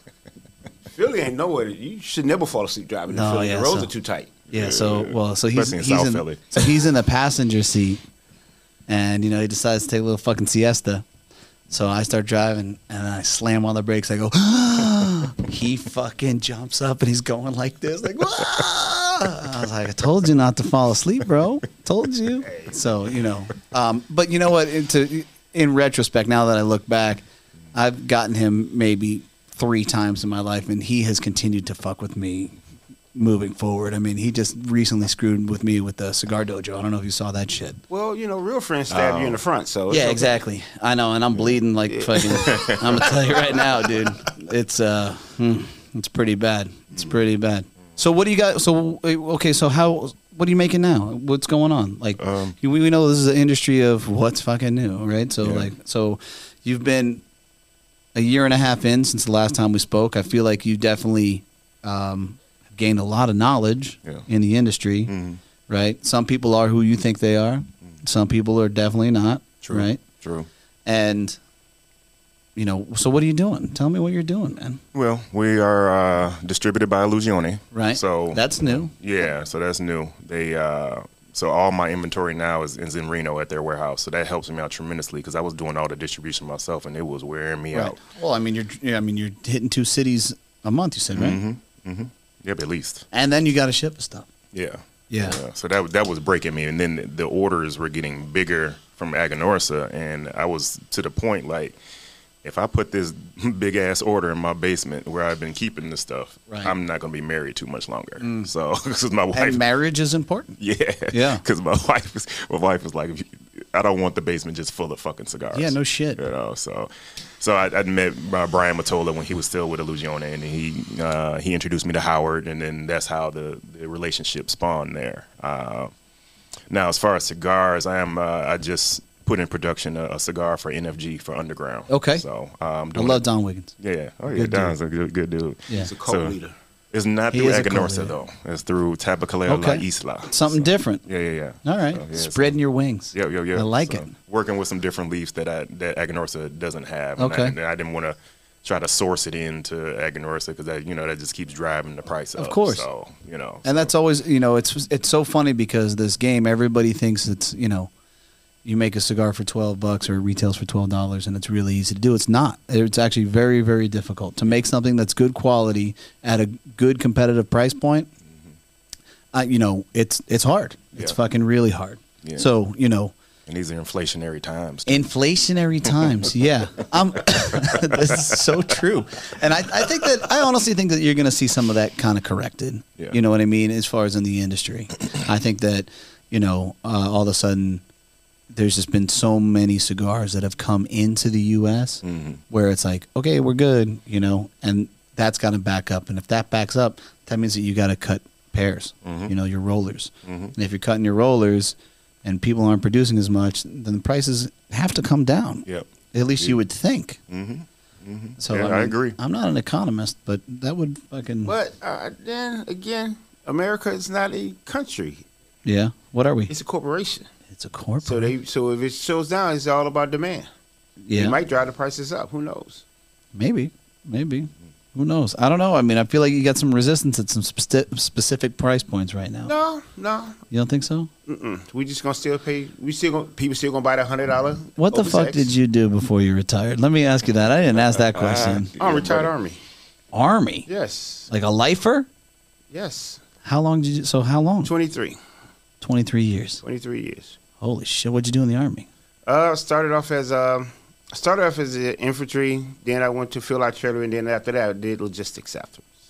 Speaker 5: Philly ain't nowhere. to- You should never fall asleep driving
Speaker 1: No,
Speaker 5: in Philly.
Speaker 1: yeah,
Speaker 5: the roads
Speaker 1: so-
Speaker 5: are too tight.
Speaker 1: Yeah, so well, so he's
Speaker 4: Especially in
Speaker 1: he's
Speaker 4: South
Speaker 1: in,
Speaker 4: Philly.
Speaker 1: so he's in the passenger seat, and you know he decides to take a little fucking siesta. So I start driving, and I slam on the brakes. I go, <gasps> he fucking jumps up, and he's going like this, like. "Wah!" I was like, I told you not to fall asleep, bro. Told you. So you know, um, but you know what? Into in retrospect, now that I look back, I've gotten him maybe three times in my life, and he has continued to fuck with me moving forward. I mean, he just recently screwed with me with the cigar dojo. I don't know if you saw that shit.
Speaker 5: Well, you know, real friends stab you in the front, so Oh, it's
Speaker 1: Oh. Yeah,
Speaker 5: okay.
Speaker 1: exactly. I know, and I'm bleeding like fucking.
Speaker 5: <laughs>
Speaker 1: I'm gonna tell you right now, dude. It's uh, hmm, it's pretty bad. It's pretty bad. So what do you got? So uh, okay, so how? What are you making now? What's going on? Like
Speaker 4: Um,
Speaker 1: we, we know this is an industry of what's fucking new, right? So
Speaker 4: Yeah.
Speaker 1: like, so you've been a year and a half in since the last time we spoke. I feel like you definitely um, have gained a lot of knowledge
Speaker 4: Yeah.
Speaker 1: in the industry,
Speaker 4: Mhm.
Speaker 1: right? Some people are who you think they are. Some people are definitely not,
Speaker 4: True.
Speaker 1: right?
Speaker 4: True.
Speaker 1: And you know, so what are you doing? Tell me what you're doing, man.
Speaker 4: Well, we are uh, distributed by Illusione.
Speaker 1: Right?
Speaker 4: So
Speaker 1: that's new.
Speaker 4: Yeah, so that's new. They uh, so all my inventory now is, is in Reno at their warehouse. So that helps me out tremendously because I was doing all the distribution myself and it was wearing me
Speaker 1: Right.
Speaker 4: out.
Speaker 1: Well, I mean, you're yeah, I mean, you're hitting two cities a month. You said right,
Speaker 4: Mm-hmm. Yep, at least.
Speaker 1: and then you got to ship stuff.
Speaker 4: Yeah.
Speaker 1: Yeah.
Speaker 4: So that that was breaking me, and then the, the orders were getting bigger from Agonorsa, and I was to the point like, if I put this <laughs> big ass order in my basement where I've been keeping this stuff,
Speaker 1: Right.
Speaker 4: I'm not gonna be married too much longer. So <laughs> because my wife
Speaker 1: And marriage is important.
Speaker 4: Yeah.
Speaker 1: Yeah.
Speaker 4: Because my <laughs> wife was my wife was like, if you- I don't want the basement just full of fucking cigars.
Speaker 1: Yeah, no shit.
Speaker 4: You know, so so I, I met uh, Brian Matola when he was still with Illusione, and he uh, he introduced me to Howard, and then that's how the, the relationship spawned there. Uh, now, as far as cigars, I am uh, I just put in production a, a cigar for NFG for Underground.
Speaker 1: Okay.
Speaker 4: So um,
Speaker 1: I love Don Wiggins.
Speaker 4: Yeah. Oh
Speaker 1: Good
Speaker 4: yeah,
Speaker 1: dude.
Speaker 4: Don's a good, good dude.
Speaker 1: Yeah.
Speaker 5: He's a cult
Speaker 4: So-
Speaker 5: leader.
Speaker 4: It's not
Speaker 1: He
Speaker 4: through
Speaker 1: is a
Speaker 4: Agonorsa
Speaker 1: cool
Speaker 4: though. It's through Tabacalera La
Speaker 1: Okay.
Speaker 4: Isla.
Speaker 1: Something
Speaker 4: So-
Speaker 1: different.
Speaker 4: yeah, yeah, yeah.
Speaker 1: All right,
Speaker 4: So, yeah, so-
Speaker 1: spreading your wings.
Speaker 4: yeah, yeah, yeah.
Speaker 1: I like
Speaker 4: So,
Speaker 1: it.
Speaker 4: Working with some different leaves that I, that Agonorsa doesn't have. and I-
Speaker 1: Okay.
Speaker 4: And I, didn't want to try to source it into Agonorsa because that you know that just keeps driving the price up.
Speaker 1: Of course.
Speaker 4: So you know.
Speaker 1: And that's always, you know, it's it's so funny because this game, everybody thinks it's, you know, you make a cigar for twelve bucks or it retails for twelve dollars, and it's really easy to do. It's not. It's actually very, very difficult to make something that's good quality at a good competitive price point. I, you know, it's it's hard. It's
Speaker 4: Mm-hmm. Yeah.
Speaker 1: fucking really hard.
Speaker 4: Yeah.
Speaker 1: So you know,
Speaker 4: and these are inflationary times. too.
Speaker 1: Inflationary times, yeah. I'm, <laughs> this is so true, and I, I think that I honestly think that you're going to see some of that kind of corrected.
Speaker 4: Yeah.
Speaker 1: You know what I mean? As far as in the industry, I think that you know uh, all of a sudden there's just been so many cigars that have come into the U.S.
Speaker 4: Mm-hmm.
Speaker 1: where it's like, okay, we're good, you know, and that's got to back up, and if that backs up, that means that you got to cut pairs,
Speaker 4: Mm-hmm.
Speaker 1: you know, your rollers, and if you're cutting your rollers and people aren't producing as much, then the prices have to come down.
Speaker 4: Yep.
Speaker 1: At least you would think.
Speaker 4: Mhm.
Speaker 1: So
Speaker 4: Yeah, I
Speaker 1: mean,
Speaker 4: agree.
Speaker 1: I'm not an economist, but that would fucking.
Speaker 5: But uh, then again, America is not a country;
Speaker 1: Yeah. What are we?
Speaker 5: it's a corporation.
Speaker 1: It's a corporate.
Speaker 5: So they, so if it shows down, it's all about demand.
Speaker 1: yeah.
Speaker 5: It might drive the prices up. Who knows?
Speaker 1: Maybe. Maybe. Who knows? I don't know. I mean, I feel like you got some resistance at some speci- specific price points right now.
Speaker 5: No, no.
Speaker 1: You don't think so?
Speaker 5: Mm-mm. We just gonna still pay. We still gonna people still gonna buy the hundred dollar.
Speaker 1: What the fuck did you do before you retired? Let me ask you that. I didn't ask that question.
Speaker 5: Oh, I'm retired army. uh,
Speaker 1: Army,
Speaker 5: Yes,
Speaker 1: like a lifer.
Speaker 5: yes.
Speaker 1: How long did you? So how long?
Speaker 5: Twenty three.
Speaker 1: Twenty three years.
Speaker 5: 23 years.
Speaker 1: Holy shit! What'd you do in the army?
Speaker 5: Uh, started off as um, I started off as the infantry. Then I went to field artillery, and then after that, I did logistics afterwards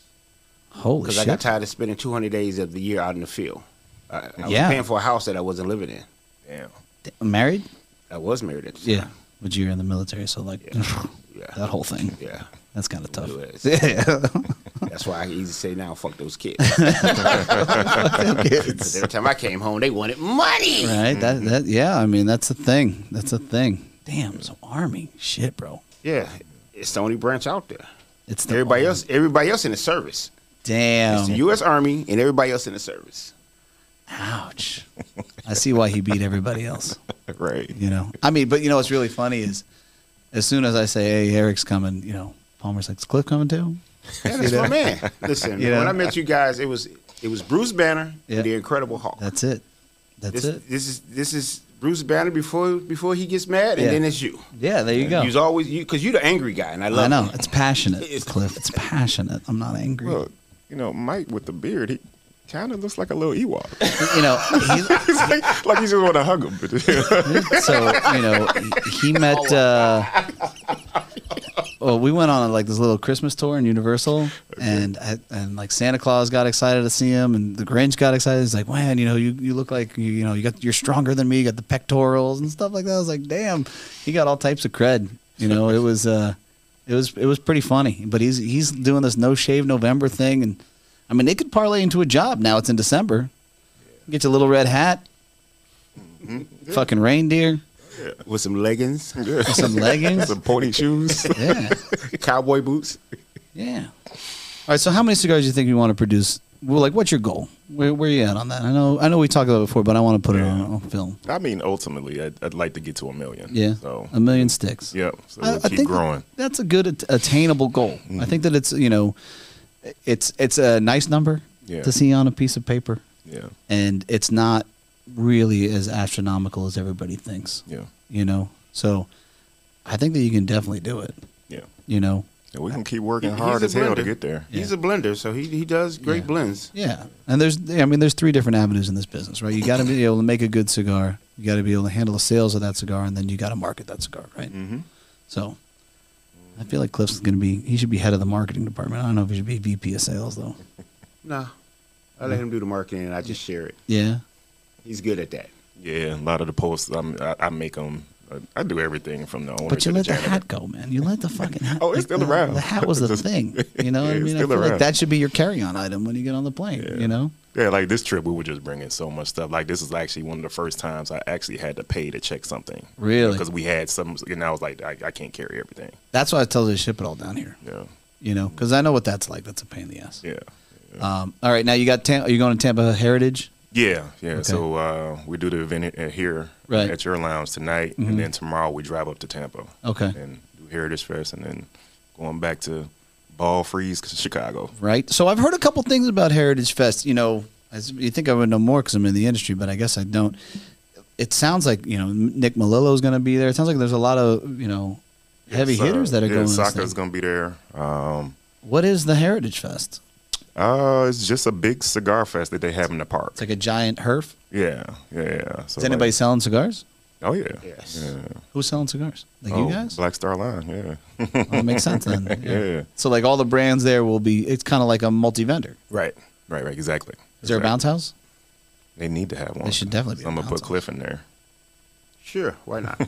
Speaker 1: Holy
Speaker 5: because I
Speaker 1: shit!
Speaker 5: got tired of spending 200 days of the year out in the field. I,
Speaker 1: Yeah.
Speaker 5: I was paying for a house that I wasn't living in.
Speaker 4: Damn.
Speaker 1: Married?
Speaker 5: I was married at the
Speaker 1: Yeah.
Speaker 5: time.
Speaker 1: But you're in the military, so like <laughs>
Speaker 5: Yeah,
Speaker 1: that whole thing. <laughs>
Speaker 5: yeah.
Speaker 1: That's kind of tough.
Speaker 5: It
Speaker 1: <laughs>
Speaker 5: was.
Speaker 1: Yeah.
Speaker 5: That's why I can easily say now, fuck those
Speaker 1: <laughs>
Speaker 5: kids. <laughs> 'Cause every time I came home, they wanted money.
Speaker 1: Right. That. That. Yeah. I mean, that's a thing. That's a thing. Damn. So army. Shit, bro.
Speaker 5: Yeah, it's the only branch out there.
Speaker 1: It's the
Speaker 5: Everybody
Speaker 1: army.
Speaker 5: else, everybody else in the service. It's
Speaker 1: Damn.
Speaker 5: the U.S. Army and everybody else in
Speaker 1: <laughs>
Speaker 5: the service.
Speaker 1: Ouch. I see why he beat everybody else.
Speaker 4: Right.
Speaker 1: You know. I mean, but you know what's really funny is, as soon as I say, "Hey, Eric's coming," you know, Palmer's like, "Is Cliff coming too?"
Speaker 5: Yeah, that's
Speaker 1: <laughs>
Speaker 5: my man. Listen,
Speaker 1: You
Speaker 5: when
Speaker 1: know?
Speaker 5: I met you guys, it was it was Bruce Banner
Speaker 1: Yeah.
Speaker 5: and the Incredible Hulk.
Speaker 1: That's it. That's
Speaker 5: this,
Speaker 1: it.
Speaker 5: this is this is Bruce Banner before before he gets mad, and
Speaker 1: Yeah.
Speaker 5: then it's you.
Speaker 1: Yeah. There you go.
Speaker 5: You's always you because you're the angry guy, and I love.
Speaker 1: I know
Speaker 5: it.
Speaker 1: it's passionate,
Speaker 5: It's-
Speaker 1: Cliff. It's passionate. I'm not angry.
Speaker 4: Look, you know, Mike with the beard, he kind of looks like a little Ewok. <laughs>
Speaker 1: You know, he,
Speaker 4: It's <laughs> like, like you just want to hug him. <laughs> But
Speaker 1: so you know he, he met uh well we went on like this little christmas tour in universal and I, and like santa claus got excited to see him and the grinch got excited he's like man you know you, you look like you, you know you got you're stronger than me you got the pectorals and stuff like that i was like damn he got all types of cred you know it was uh it was it was pretty funny but he's he's doing this no shave november thing and i mean they could parlay into a job now it's in december get your little red hat fucking reindeer
Speaker 5: With some leggings, <laughs>
Speaker 1: some leggings.
Speaker 4: some
Speaker 1: <laughs>
Speaker 4: pony shoes.
Speaker 1: yeah,
Speaker 5: cowboy boots.
Speaker 1: yeah. All right. So, how many cigars do you think you want to produce? Well, like, what's your goal? Where, where you at on that? I know, I know, we talked about it before, but I want to put it on, on film.
Speaker 4: I mean, ultimately, I'd, I'd like to get to a million.
Speaker 1: Yeah,
Speaker 4: So,
Speaker 1: a million sticks.
Speaker 4: yep. So
Speaker 1: I,
Speaker 4: we'll
Speaker 1: I
Speaker 4: keep
Speaker 1: think
Speaker 4: growing. Mm-hmm.
Speaker 1: that's a good at- attainable goal. I think that it's you know, it's it's a nice number
Speaker 4: Yeah.
Speaker 1: to see on a piece of paper,
Speaker 4: Yeah.
Speaker 1: and it's not really as astronomical as everybody thinks.
Speaker 4: Yeah.
Speaker 1: You know, so I think that you can definitely do it.
Speaker 4: Yeah.
Speaker 1: You know,
Speaker 4: And we can keep working
Speaker 5: He's
Speaker 4: hard
Speaker 5: a
Speaker 4: as hell to
Speaker 5: blender.
Speaker 4: get there.
Speaker 5: He's a blender, so he he does great
Speaker 1: Yeah.
Speaker 5: blends.
Speaker 1: Yeah, and there's I mean there's three different avenues in this business, right? You got to be able to make a good cigar, you got to be able to handle the sales of that cigar, and then you got to market that cigar, right?
Speaker 4: Mm-hmm.
Speaker 1: So, I feel like Cliff's going to be he should be head of the marketing department. I don't know if he should be VP of sales though.
Speaker 5: No, I let him do the marketing, and I just share it.
Speaker 1: Yeah,
Speaker 5: He's good at that.
Speaker 4: Yeah. A lot of the posts, I'm, I, I make them. I, I do everything from the owner
Speaker 1: but
Speaker 4: to
Speaker 1: you
Speaker 4: the
Speaker 1: let the
Speaker 4: janitor.
Speaker 1: hat go, man. You let the
Speaker 4: <laughs>
Speaker 1: fucking hat.
Speaker 4: Oh, it's
Speaker 1: like,
Speaker 4: still
Speaker 1: the,
Speaker 4: around.
Speaker 1: The hat
Speaker 4: <laughs>
Speaker 1: was the
Speaker 4: Just-
Speaker 1: thing, you know.
Speaker 4: Yeah,
Speaker 1: what I
Speaker 4: it's
Speaker 1: mean, I
Speaker 4: still
Speaker 1: feel like
Speaker 4: around.
Speaker 1: that should be your carry-on item when you get on the plane.
Speaker 4: Yeah.
Speaker 1: You know,
Speaker 4: Yeah, like this trip, we were just bringing so much stuff. Like this is actually one of the first times I actually had to pay to check something
Speaker 1: really.
Speaker 4: because we had some, and I was like, I, I can't carry everything.
Speaker 1: That's why I tell you to ship it all down here.
Speaker 4: Yeah,
Speaker 1: You know, because I know what that's like. That's a pain in the ass.
Speaker 4: yeah,
Speaker 1: Um, all right, now you got Tam- are you going to Tampa Heritage?
Speaker 4: yeah, yeah.
Speaker 1: Okay.
Speaker 4: So uh, we do the event uh, here
Speaker 1: Right.
Speaker 4: at your lounge tonight,
Speaker 1: Mhm.
Speaker 4: and then tomorrow we drive up to Tampa
Speaker 1: Okay.
Speaker 4: and do Heritage Fest, and then going back to Ball Freeze, Chicago.
Speaker 1: right? So I've heard a couple things about Heritage Fest. You know, as you think I would know more because I'm in the industry, but I guess I don't. It sounds like you know Nick Malillo is going to be there. It sounds like there's a lot of you know heavy
Speaker 4: So,
Speaker 1: hitters that are
Speaker 4: yeah,
Speaker 1: going. to this thing.
Speaker 4: Sokka's going to be there. Um,
Speaker 1: what is the Heritage Fest?
Speaker 4: uh, it's just a big cigar fest that they have in the park.
Speaker 1: It's like a giant herf.
Speaker 4: Yeah, yeah, yeah. So
Speaker 1: Is anybody
Speaker 4: Like,
Speaker 1: selling cigars?
Speaker 4: oh yeah.
Speaker 5: Yes.
Speaker 4: Yeah.
Speaker 1: Who's selling cigars? Like
Speaker 4: Oh,
Speaker 1: you guys?
Speaker 4: Black Star Line, yeah.
Speaker 1: Oh, that makes sense then.
Speaker 4: <laughs> Yeah.
Speaker 1: So like all the brands there will be. It's kind of like a multi-vendor.
Speaker 4: Right, right, right, exactly.
Speaker 1: Is there a
Speaker 4: Exactly.
Speaker 1: bounce house?
Speaker 4: They need to have one.
Speaker 1: should definitely be
Speaker 4: So
Speaker 1: a
Speaker 4: I'm gonna
Speaker 1: bounce
Speaker 4: put
Speaker 1: house.
Speaker 4: Cliff in there.
Speaker 5: Sure,
Speaker 1: <laughs>
Speaker 5: why not?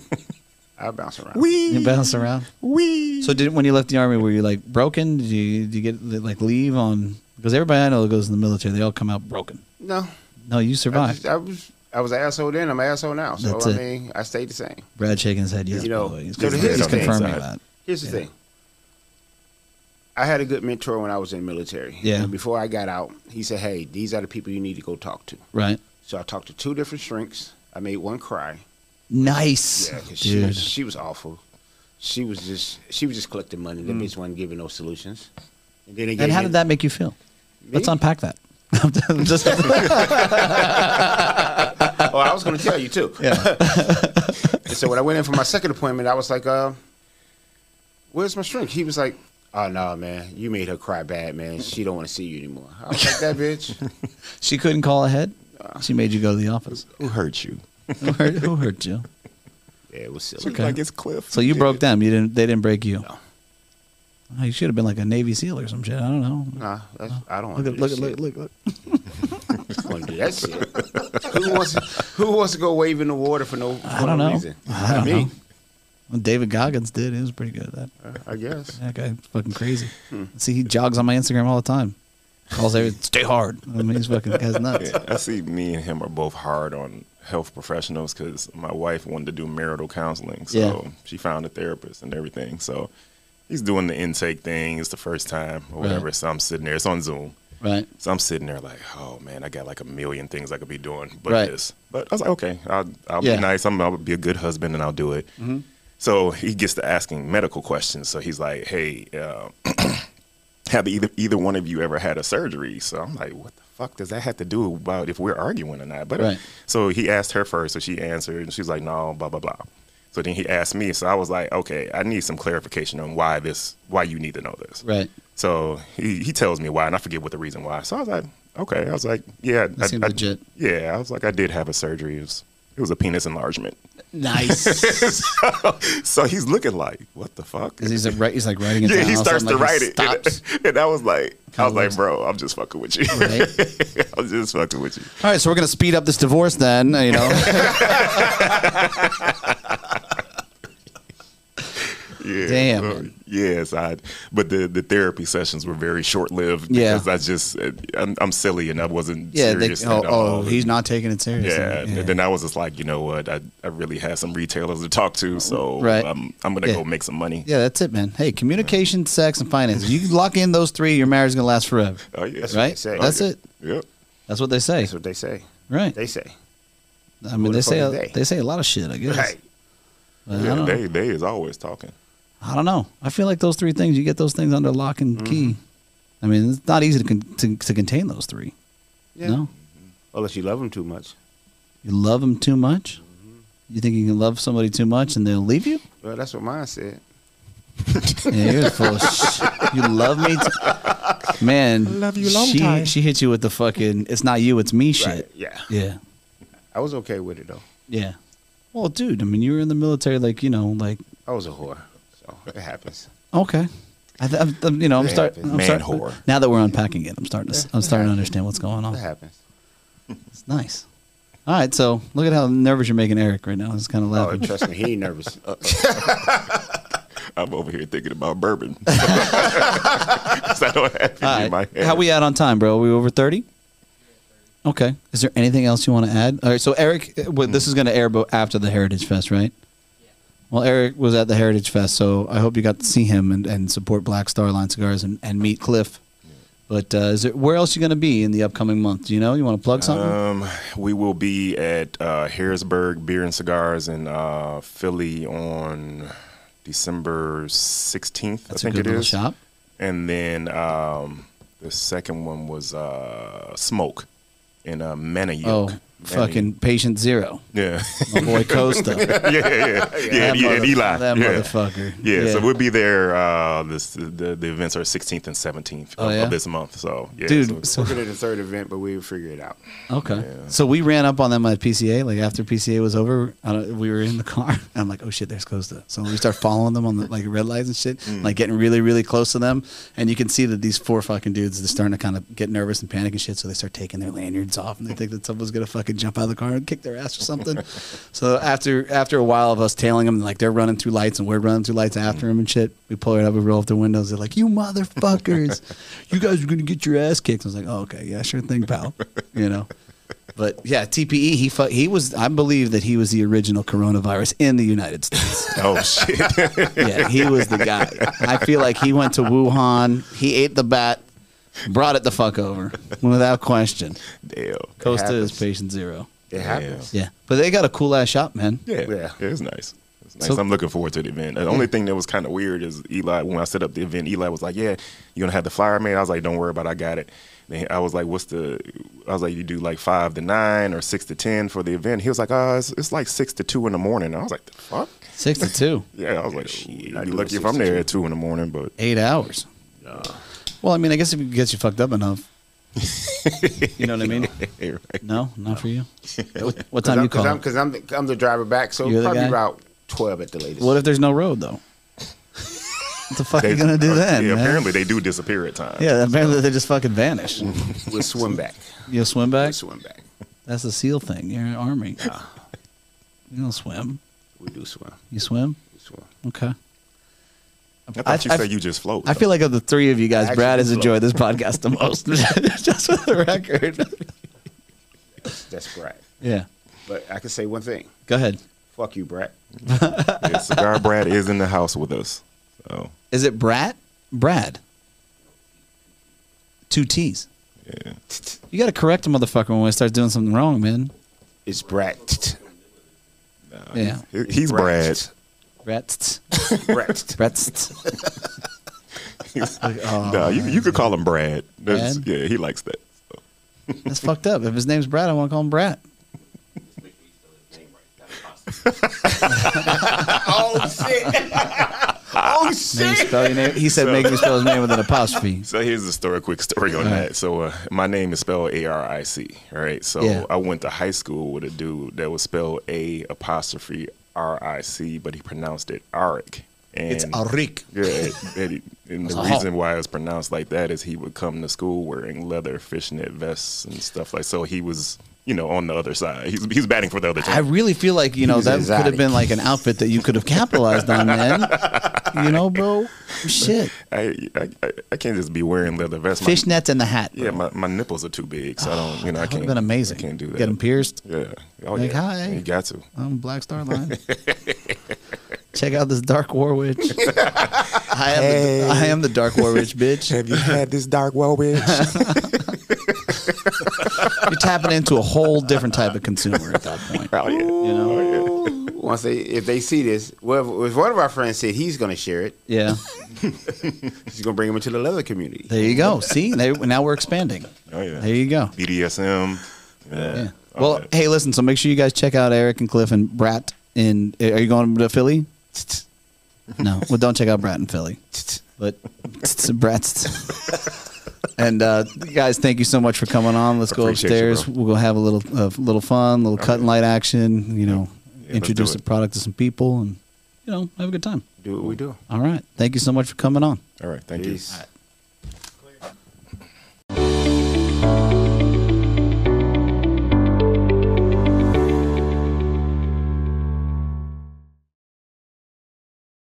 Speaker 5: I'll bounce around.
Speaker 1: You bounce around.
Speaker 4: wee.
Speaker 1: So did when you left the army, were you like broken? Did you, did you get like leave on? Because everybody I know that goes in the military, they all come out broken.
Speaker 5: no,
Speaker 1: No, you
Speaker 5: I,
Speaker 1: survived.
Speaker 5: just, I was I was an asshole then. I'm an asshole now. So
Speaker 1: That's
Speaker 5: I
Speaker 1: it.
Speaker 5: mean, I stayed the same.
Speaker 1: Brad shaking his head. Yes,
Speaker 5: You
Speaker 1: by
Speaker 5: know,
Speaker 1: the way. he's,
Speaker 5: so the
Speaker 1: he's
Speaker 5: history
Speaker 1: confirming
Speaker 4: inside.
Speaker 1: that.
Speaker 5: Here's the
Speaker 1: Yeah.
Speaker 5: thing. I had a good mentor when I was in the military.
Speaker 1: Yeah.
Speaker 5: And before I got out, he said, "Hey, these are the people you need to go talk to."
Speaker 1: Right.
Speaker 5: So I talked to two different shrinks. I made one
Speaker 1: <laughs>
Speaker 5: cry.
Speaker 1: Nice,
Speaker 5: Yeah, 'cause she
Speaker 1: dude.
Speaker 5: was, she was awful. She was just she was just collecting money. That bitch wasn't giving no solutions. And then they
Speaker 1: Mm. and
Speaker 5: gave
Speaker 1: how
Speaker 5: me-
Speaker 1: did that make you feel? Let's
Speaker 5: Me?
Speaker 1: unpack that. <laughs> I'm
Speaker 5: <laughs>
Speaker 1: just-
Speaker 5: Oh, I was going to tell you too.
Speaker 1: <laughs> Yeah.
Speaker 5: And so when I went in for my second appointment, I was like, uh, "Where's my shrink?" He was like, "Oh no, man, you made her cry bad, man. She don't want to see you anymore."
Speaker 1: <laughs>
Speaker 5: I was like, "That bitch."
Speaker 1: she couldn't call ahead. She made you go to the office.
Speaker 4: Who hurt you?
Speaker 1: who hurt? Who hurt you?
Speaker 5: Yeah, it was silly.
Speaker 1: okay.
Speaker 4: Like it's Cliff.
Speaker 1: So you broke them. You didn't. They didn't break you. Oh, you should have been like a Navy SEAL or some shit. I don't know.
Speaker 5: Nah, that's, I don't want
Speaker 1: Look
Speaker 5: to
Speaker 1: at
Speaker 5: do
Speaker 1: look at
Speaker 5: that shit.
Speaker 1: look look look.
Speaker 5: I don't want to do that shit. who wants to, who wants to go wave in the water for no for
Speaker 1: I don't
Speaker 5: no
Speaker 1: know.
Speaker 5: reason?
Speaker 1: I don't
Speaker 5: Not me.
Speaker 1: Well, David Goggins did. He was pretty good at that.
Speaker 5: I guess.
Speaker 1: That guy fucking crazy. See, he jogs on my Instagram all the time. Calls every stay hard. I mean, he's fucking guy's nuts.
Speaker 4: <laughs> Yeah, I see me and him are both hard on health professionals because my wife wanted to do marital counseling. So
Speaker 1: Yeah.
Speaker 4: she found a therapist and everything. So he's doing the intake thing. It's the first time or whatever.
Speaker 1: Right.
Speaker 4: So I'm sitting there. It's on Zoom.
Speaker 1: Right.
Speaker 4: So I'm sitting there like, oh man, I got like a million things I could be doing, but
Speaker 1: Right.
Speaker 4: this. But I was like, okay, I'll, I'll
Speaker 1: Yeah. Mm-hmm.
Speaker 4: be nice. I'm, I'll be a good husband and I'll do it. So he gets to asking medical questions. So he's like, hey, uh, <clears throat> have either either one of you ever had a surgery? So I'm like, what the fuck does that have to do about if we're arguing or not? But uh,
Speaker 1: Right.
Speaker 4: so he asked her first, so she answered, and she's like, no, blah blah blah. So then he asked me, so I was like, okay, I need some clarification on why this, why you need to know this.
Speaker 1: Right.
Speaker 4: So he, he tells me why, and I forget what the reason why. So I was like, okay. I was like, yeah,
Speaker 1: That seemed
Speaker 4: I, I-
Speaker 1: legit.
Speaker 4: Yeah, I was like, I did have a surgery. It was, it was a penis enlargement. <laughs>
Speaker 1: Nice.
Speaker 4: So he's looking like, what the fuck?
Speaker 1: 'Cause he's like, right, he's like writing it
Speaker 4: <laughs> yeah,
Speaker 1: down.
Speaker 4: he
Speaker 1: all of a
Speaker 4: starts
Speaker 1: sudden,
Speaker 4: to
Speaker 1: like,
Speaker 4: write
Speaker 1: he
Speaker 4: it, <laughs> and, and I was like, I was like, bro, I'm just fucking with you.
Speaker 1: stops, right?
Speaker 4: <laughs> I'm just fucking with you.
Speaker 1: All right, so we're gonna speed up this divorce then. You know,
Speaker 4: Yeah.
Speaker 1: Damn.
Speaker 4: So, yes, I. But the the therapy sessions were very short lived.
Speaker 1: Yeah.
Speaker 4: Because I just I'm, I'm silly and I wasn't
Speaker 1: yeah. They,
Speaker 4: serious.
Speaker 1: oh,
Speaker 4: at all.
Speaker 1: oh, he's not taking it seriously.
Speaker 4: Yeah, and then I was just like, you know what? I, I really had some retailers to talk to, so
Speaker 1: Right.
Speaker 4: I'm I'm gonna
Speaker 1: Yeah.
Speaker 4: go make some money.
Speaker 1: Yeah, that's it, man. Hey, communication, sex, and finance. You can lock in those three, your marriage is gonna last forever.
Speaker 4: Oh yeah,
Speaker 5: That's
Speaker 1: right?
Speaker 5: they say.
Speaker 1: That's
Speaker 4: Oh, yeah.
Speaker 1: it.
Speaker 4: Yep.
Speaker 1: That's what they say.
Speaker 5: That's what they say.
Speaker 1: Right.
Speaker 5: They say.
Speaker 1: I mean,
Speaker 5: who the
Speaker 1: they say
Speaker 5: fuck
Speaker 1: a,
Speaker 5: is they?
Speaker 1: they say a lot of shit. I guess.
Speaker 5: Right.
Speaker 1: But I,
Speaker 4: yeah,
Speaker 1: don't know.
Speaker 4: they they is always talking.
Speaker 1: I don't know. I feel like those three things. You get those things under lock and key. I mean, it's not easy to con- to, to contain those three.
Speaker 5: Yeah.
Speaker 1: No,
Speaker 5: Unless you love them too much.
Speaker 1: you love them too much. You think you can love somebody too much and they'll leave <laughs> you?
Speaker 5: Well, that's what mine said.
Speaker 1: Yeah, you're full of shit. You love me, t- man. love you long she, time. She hit you with the fucking. It's not you, it's me shit.
Speaker 5: Right. Yeah.
Speaker 1: Yeah.
Speaker 5: I was okay with it though.
Speaker 1: Yeah. Well, dude, I mean, you were in the military, like you know, like
Speaker 5: I was a whore, so it happens.
Speaker 1: okay. I th- I'm, I'm- you know, I'm
Speaker 5: Yeah,
Speaker 1: starting.
Speaker 5: man
Speaker 1: I'm start-
Speaker 4: whore.
Speaker 1: Now that we're unpacking it, I'm starting. To, s- I'm starting to understand what's going
Speaker 5: It
Speaker 1: on.
Speaker 5: happens.
Speaker 1: It's nice. All right, so look at how nervous you're making Eric right now. He's kind of
Speaker 5: Oh,
Speaker 1: laughing.
Speaker 5: trust me, he
Speaker 1: <laughs>
Speaker 5: ain't nervous.
Speaker 4: I'm over here thinking
Speaker 1: <laughs>
Speaker 4: about bourbon. <laughs> 'Cause I don't have any
Speaker 1: All
Speaker 4: in my
Speaker 1: right.
Speaker 4: head.
Speaker 1: How we at on time, bro? Are we over thirty? Okay. Is there anything else you want to add? All right. So Eric, uh, well, this is going to air bo- after the Heritage Fest, right? Well, Eric was at the Heritage Fest, so I hope you got to see him and, and support Black Star Line Cigars and, and meet Cliff. But uh, is there, where else you going to be in the upcoming month? Do you know? You want to plug something?
Speaker 4: Um, we will be at uh, Harrisburg Beer and Cigars in uh, Philly on December 16th.
Speaker 1: That's
Speaker 4: I
Speaker 1: a
Speaker 4: think
Speaker 1: good
Speaker 4: it
Speaker 1: little
Speaker 4: is.
Speaker 1: shop.
Speaker 4: And then um, the second one was uh, Smoke in uh, Manayuk.
Speaker 1: Oh,
Speaker 4: Manayuk.
Speaker 1: fucking patient zero,
Speaker 4: Yeah. <laughs>
Speaker 1: my boy Costa.
Speaker 4: yeah, yeah, yeah, <laughs> yeah,
Speaker 1: That
Speaker 4: yeah, and
Speaker 1: mother-
Speaker 4: Eli.
Speaker 1: That
Speaker 4: yeah.
Speaker 1: motherfucker.
Speaker 4: Yeah, so we'll be there. Uh, this the, the events are 16th and 17th
Speaker 1: Oh,
Speaker 4: of,
Speaker 1: yeah?
Speaker 4: of this month. So yeah, so-
Speaker 1: dude. So,
Speaker 5: We're at the third event, but we'll figure it out.
Speaker 1: okay,
Speaker 4: Yeah.
Speaker 1: so we ran up on them at PCA. Like after PCA was over, I don't, we were in the car. <laughs> And I'm like, oh shit, there's Costa. So we start following them on the like red lights and shit, like getting really, really close to them. And you can see that these four fucking dudes are starting to kind of get nervous and panic and shit. So they start taking their lanyards off and they think that someone's gonna fucking jump out of the car and kick their ass or something. so after after a while of us tailing them, like they're running through lights and we're running through lights after them and shit. We pull it up, we roll up their windows. They're like, you motherfuckers, you guys are gonna get your ass kicked. I was like, oh okay, yeah, sure thing, pal. You know. But yeah, TPE. He fu- he was. I believe that he was the original coronavirus in the United States.
Speaker 4: oh <laughs> shit,
Speaker 1: yeah, he was the guy. I feel like he went to Wuhan. He ate the bat, brought it the fuck over without question.
Speaker 4: damn.
Speaker 1: Costa
Speaker 5: happens.
Speaker 1: is patient zero.
Speaker 5: It happens.
Speaker 1: Yeah, but they got a cool ass shop, man.
Speaker 4: Yeah,
Speaker 5: Yeah.
Speaker 4: yeah, it was nice. It was nice.
Speaker 1: So-
Speaker 4: I'm looking forward to the event. The only thing that was kind of weird is Eli. When I set up the event, Eli was like, "Yeah, you're gonna have the flyer made." I was like, "Don't worry about, it. I got it." Then I was like, "What's the?" I was like, "You do like five to nine or six to ten for the event." He was like, "Uh, it's, it's like six to two in the morning." I was like, "The fuck?"
Speaker 1: Six to two,
Speaker 4: Yeah, I was like, "Shit,
Speaker 5: I
Speaker 4: I'd be
Speaker 5: do
Speaker 4: lucky
Speaker 5: six
Speaker 4: if I'm
Speaker 5: to
Speaker 1: <laughs>
Speaker 4: there at two in the morning." But
Speaker 1: eight hours. Well, I mean, I guess if it gets you fucked up enough, You know what I mean?
Speaker 4: Right.
Speaker 1: No, not for you. What
Speaker 5: Cause
Speaker 1: time
Speaker 5: I'm,
Speaker 1: you
Speaker 5: cause
Speaker 1: call?
Speaker 5: I'm, cause I'm, the, I'm the driver back, so
Speaker 1: You're the
Speaker 5: probably
Speaker 1: guy?
Speaker 5: about twelve at the latest.
Speaker 1: What if there's no road though? what the fuck are you gonna do
Speaker 4: uh,
Speaker 1: then?
Speaker 4: Yeah,
Speaker 1: man?
Speaker 4: apparently they do disappear at
Speaker 1: <laughs>
Speaker 4: times.
Speaker 1: Yeah, apparently they just fucking vanish.
Speaker 5: we'll swim back.
Speaker 1: You'll swim back.
Speaker 5: We'll swim back.
Speaker 1: That's the seal thing. You're in the army. You don't swim.
Speaker 5: We do swim.
Speaker 1: You swim.
Speaker 5: We swim.
Speaker 1: <laughs> Okay.
Speaker 4: I thought
Speaker 1: I-
Speaker 4: you
Speaker 1: I-
Speaker 4: said you just float.
Speaker 1: I feel like of the three of you guys,
Speaker 5: Actually,
Speaker 1: Brad has
Speaker 5: it's
Speaker 1: enjoyed this podcast the most. <laughs> just for the record.
Speaker 5: That's Brad.
Speaker 1: yeah.
Speaker 5: But I can say one thing.
Speaker 1: Go ahead.
Speaker 5: Fuck you, Brad.
Speaker 4: Yeah,
Speaker 1: <laughs>
Speaker 4: Cigar Brad is in the house with us. So
Speaker 1: Is it Brat? Brad. Two T's.
Speaker 4: yeah.
Speaker 1: You got to correct a motherfucker when we start doing something wrong, man.
Speaker 5: It's Brad.
Speaker 4: Oh,
Speaker 1: Yeah.
Speaker 4: He- he's Brad.
Speaker 1: Brats.
Speaker 4: <laughs>
Speaker 5: Brad.
Speaker 1: Brats. Like, oh,
Speaker 4: Nah, you, you could call him Brad. That's,
Speaker 1: Brad?
Speaker 4: Yeah, he likes that. So,
Speaker 1: "Oh, that's fucked up. If his name's Brad, I want to call him Brat.
Speaker 5: Oh shit. <laughs> oh
Speaker 1: Make me
Speaker 5: shit.
Speaker 1: spell your name. He said, "Make me spell his name with an
Speaker 4: <laughs>
Speaker 1: apostrophe."
Speaker 4: so here's the story. Quick story on
Speaker 1: Alright.
Speaker 4: that. So uh, my name is spelled A R I C. Right. So
Speaker 1: Yeah.
Speaker 4: I went to high school with a dude that was spelled A apostrophe R I C, but he pronounced it Arik. And
Speaker 1: Arik.
Speaker 4: Yeah, and- and, he- and
Speaker 1: That's
Speaker 4: the
Speaker 1: a hawk.
Speaker 4: reason why it's pronounced like that is he would come to school wearing leather fishnet vests and stuff like. So he was, you know, on the other side. He's he's batting for the other team.
Speaker 1: I really feel like you know
Speaker 5: He's
Speaker 1: that could have
Speaker 5: exotic.
Speaker 1: been like an outfit that you could have capitalized on, man. You know, bro. Shit,
Speaker 4: I, I I- I can't just be wearing leather vests. My-
Speaker 1: fishnets and the hat.
Speaker 4: Yeah, my, my nipples are too big, so I don't. You know, I
Speaker 1: would have
Speaker 4: can't.
Speaker 1: Oh, been amazing.
Speaker 4: I can't do that.
Speaker 1: Get them pierced.
Speaker 4: Yeah. Oh
Speaker 1: Like,
Speaker 4: yeah.
Speaker 1: hi.
Speaker 4: You got to.
Speaker 1: I'm Um, Black Star Line. Check out this Dark War Witch. I am, the, I am the Dark War Witch, bitch.
Speaker 4: Have you had this dark well witch?
Speaker 1: You're tapping into a whole different type of consumer at that point.
Speaker 4: oh yeah.
Speaker 1: You know?
Speaker 5: <laughs> Once they, if they see this, well, if one of our friends said he's gonna share it,
Speaker 1: Yeah.
Speaker 5: he's gonna bring him into the leather community.
Speaker 1: There you go. See, they, now we're expanding.
Speaker 4: Oh yeah.
Speaker 1: There you go.
Speaker 4: BDSM. Yeah.
Speaker 1: Yeah.
Speaker 4: All
Speaker 1: Well,
Speaker 4: that.
Speaker 1: hey, listen. So make sure you guys check out Eric and Cliff and Brat. In are you going to
Speaker 4: <laughs>
Speaker 1: Philly? No. Well, don't check out Brat in Philly. But <laughs> Brat. And uh, guys, thank you so much for coming on. Let's go
Speaker 4: Appreciate you,
Speaker 1: upstairs.
Speaker 4: bro.
Speaker 1: we'll go have a little, a little fun, little cut and light action. You know,
Speaker 4: let's do
Speaker 1: introduce the
Speaker 4: it.
Speaker 1: product to some people, and you know, have a good time.
Speaker 5: Do what we do.
Speaker 1: All right. Thank you so much for coming on.
Speaker 4: All right. Thank you.
Speaker 5: Peace.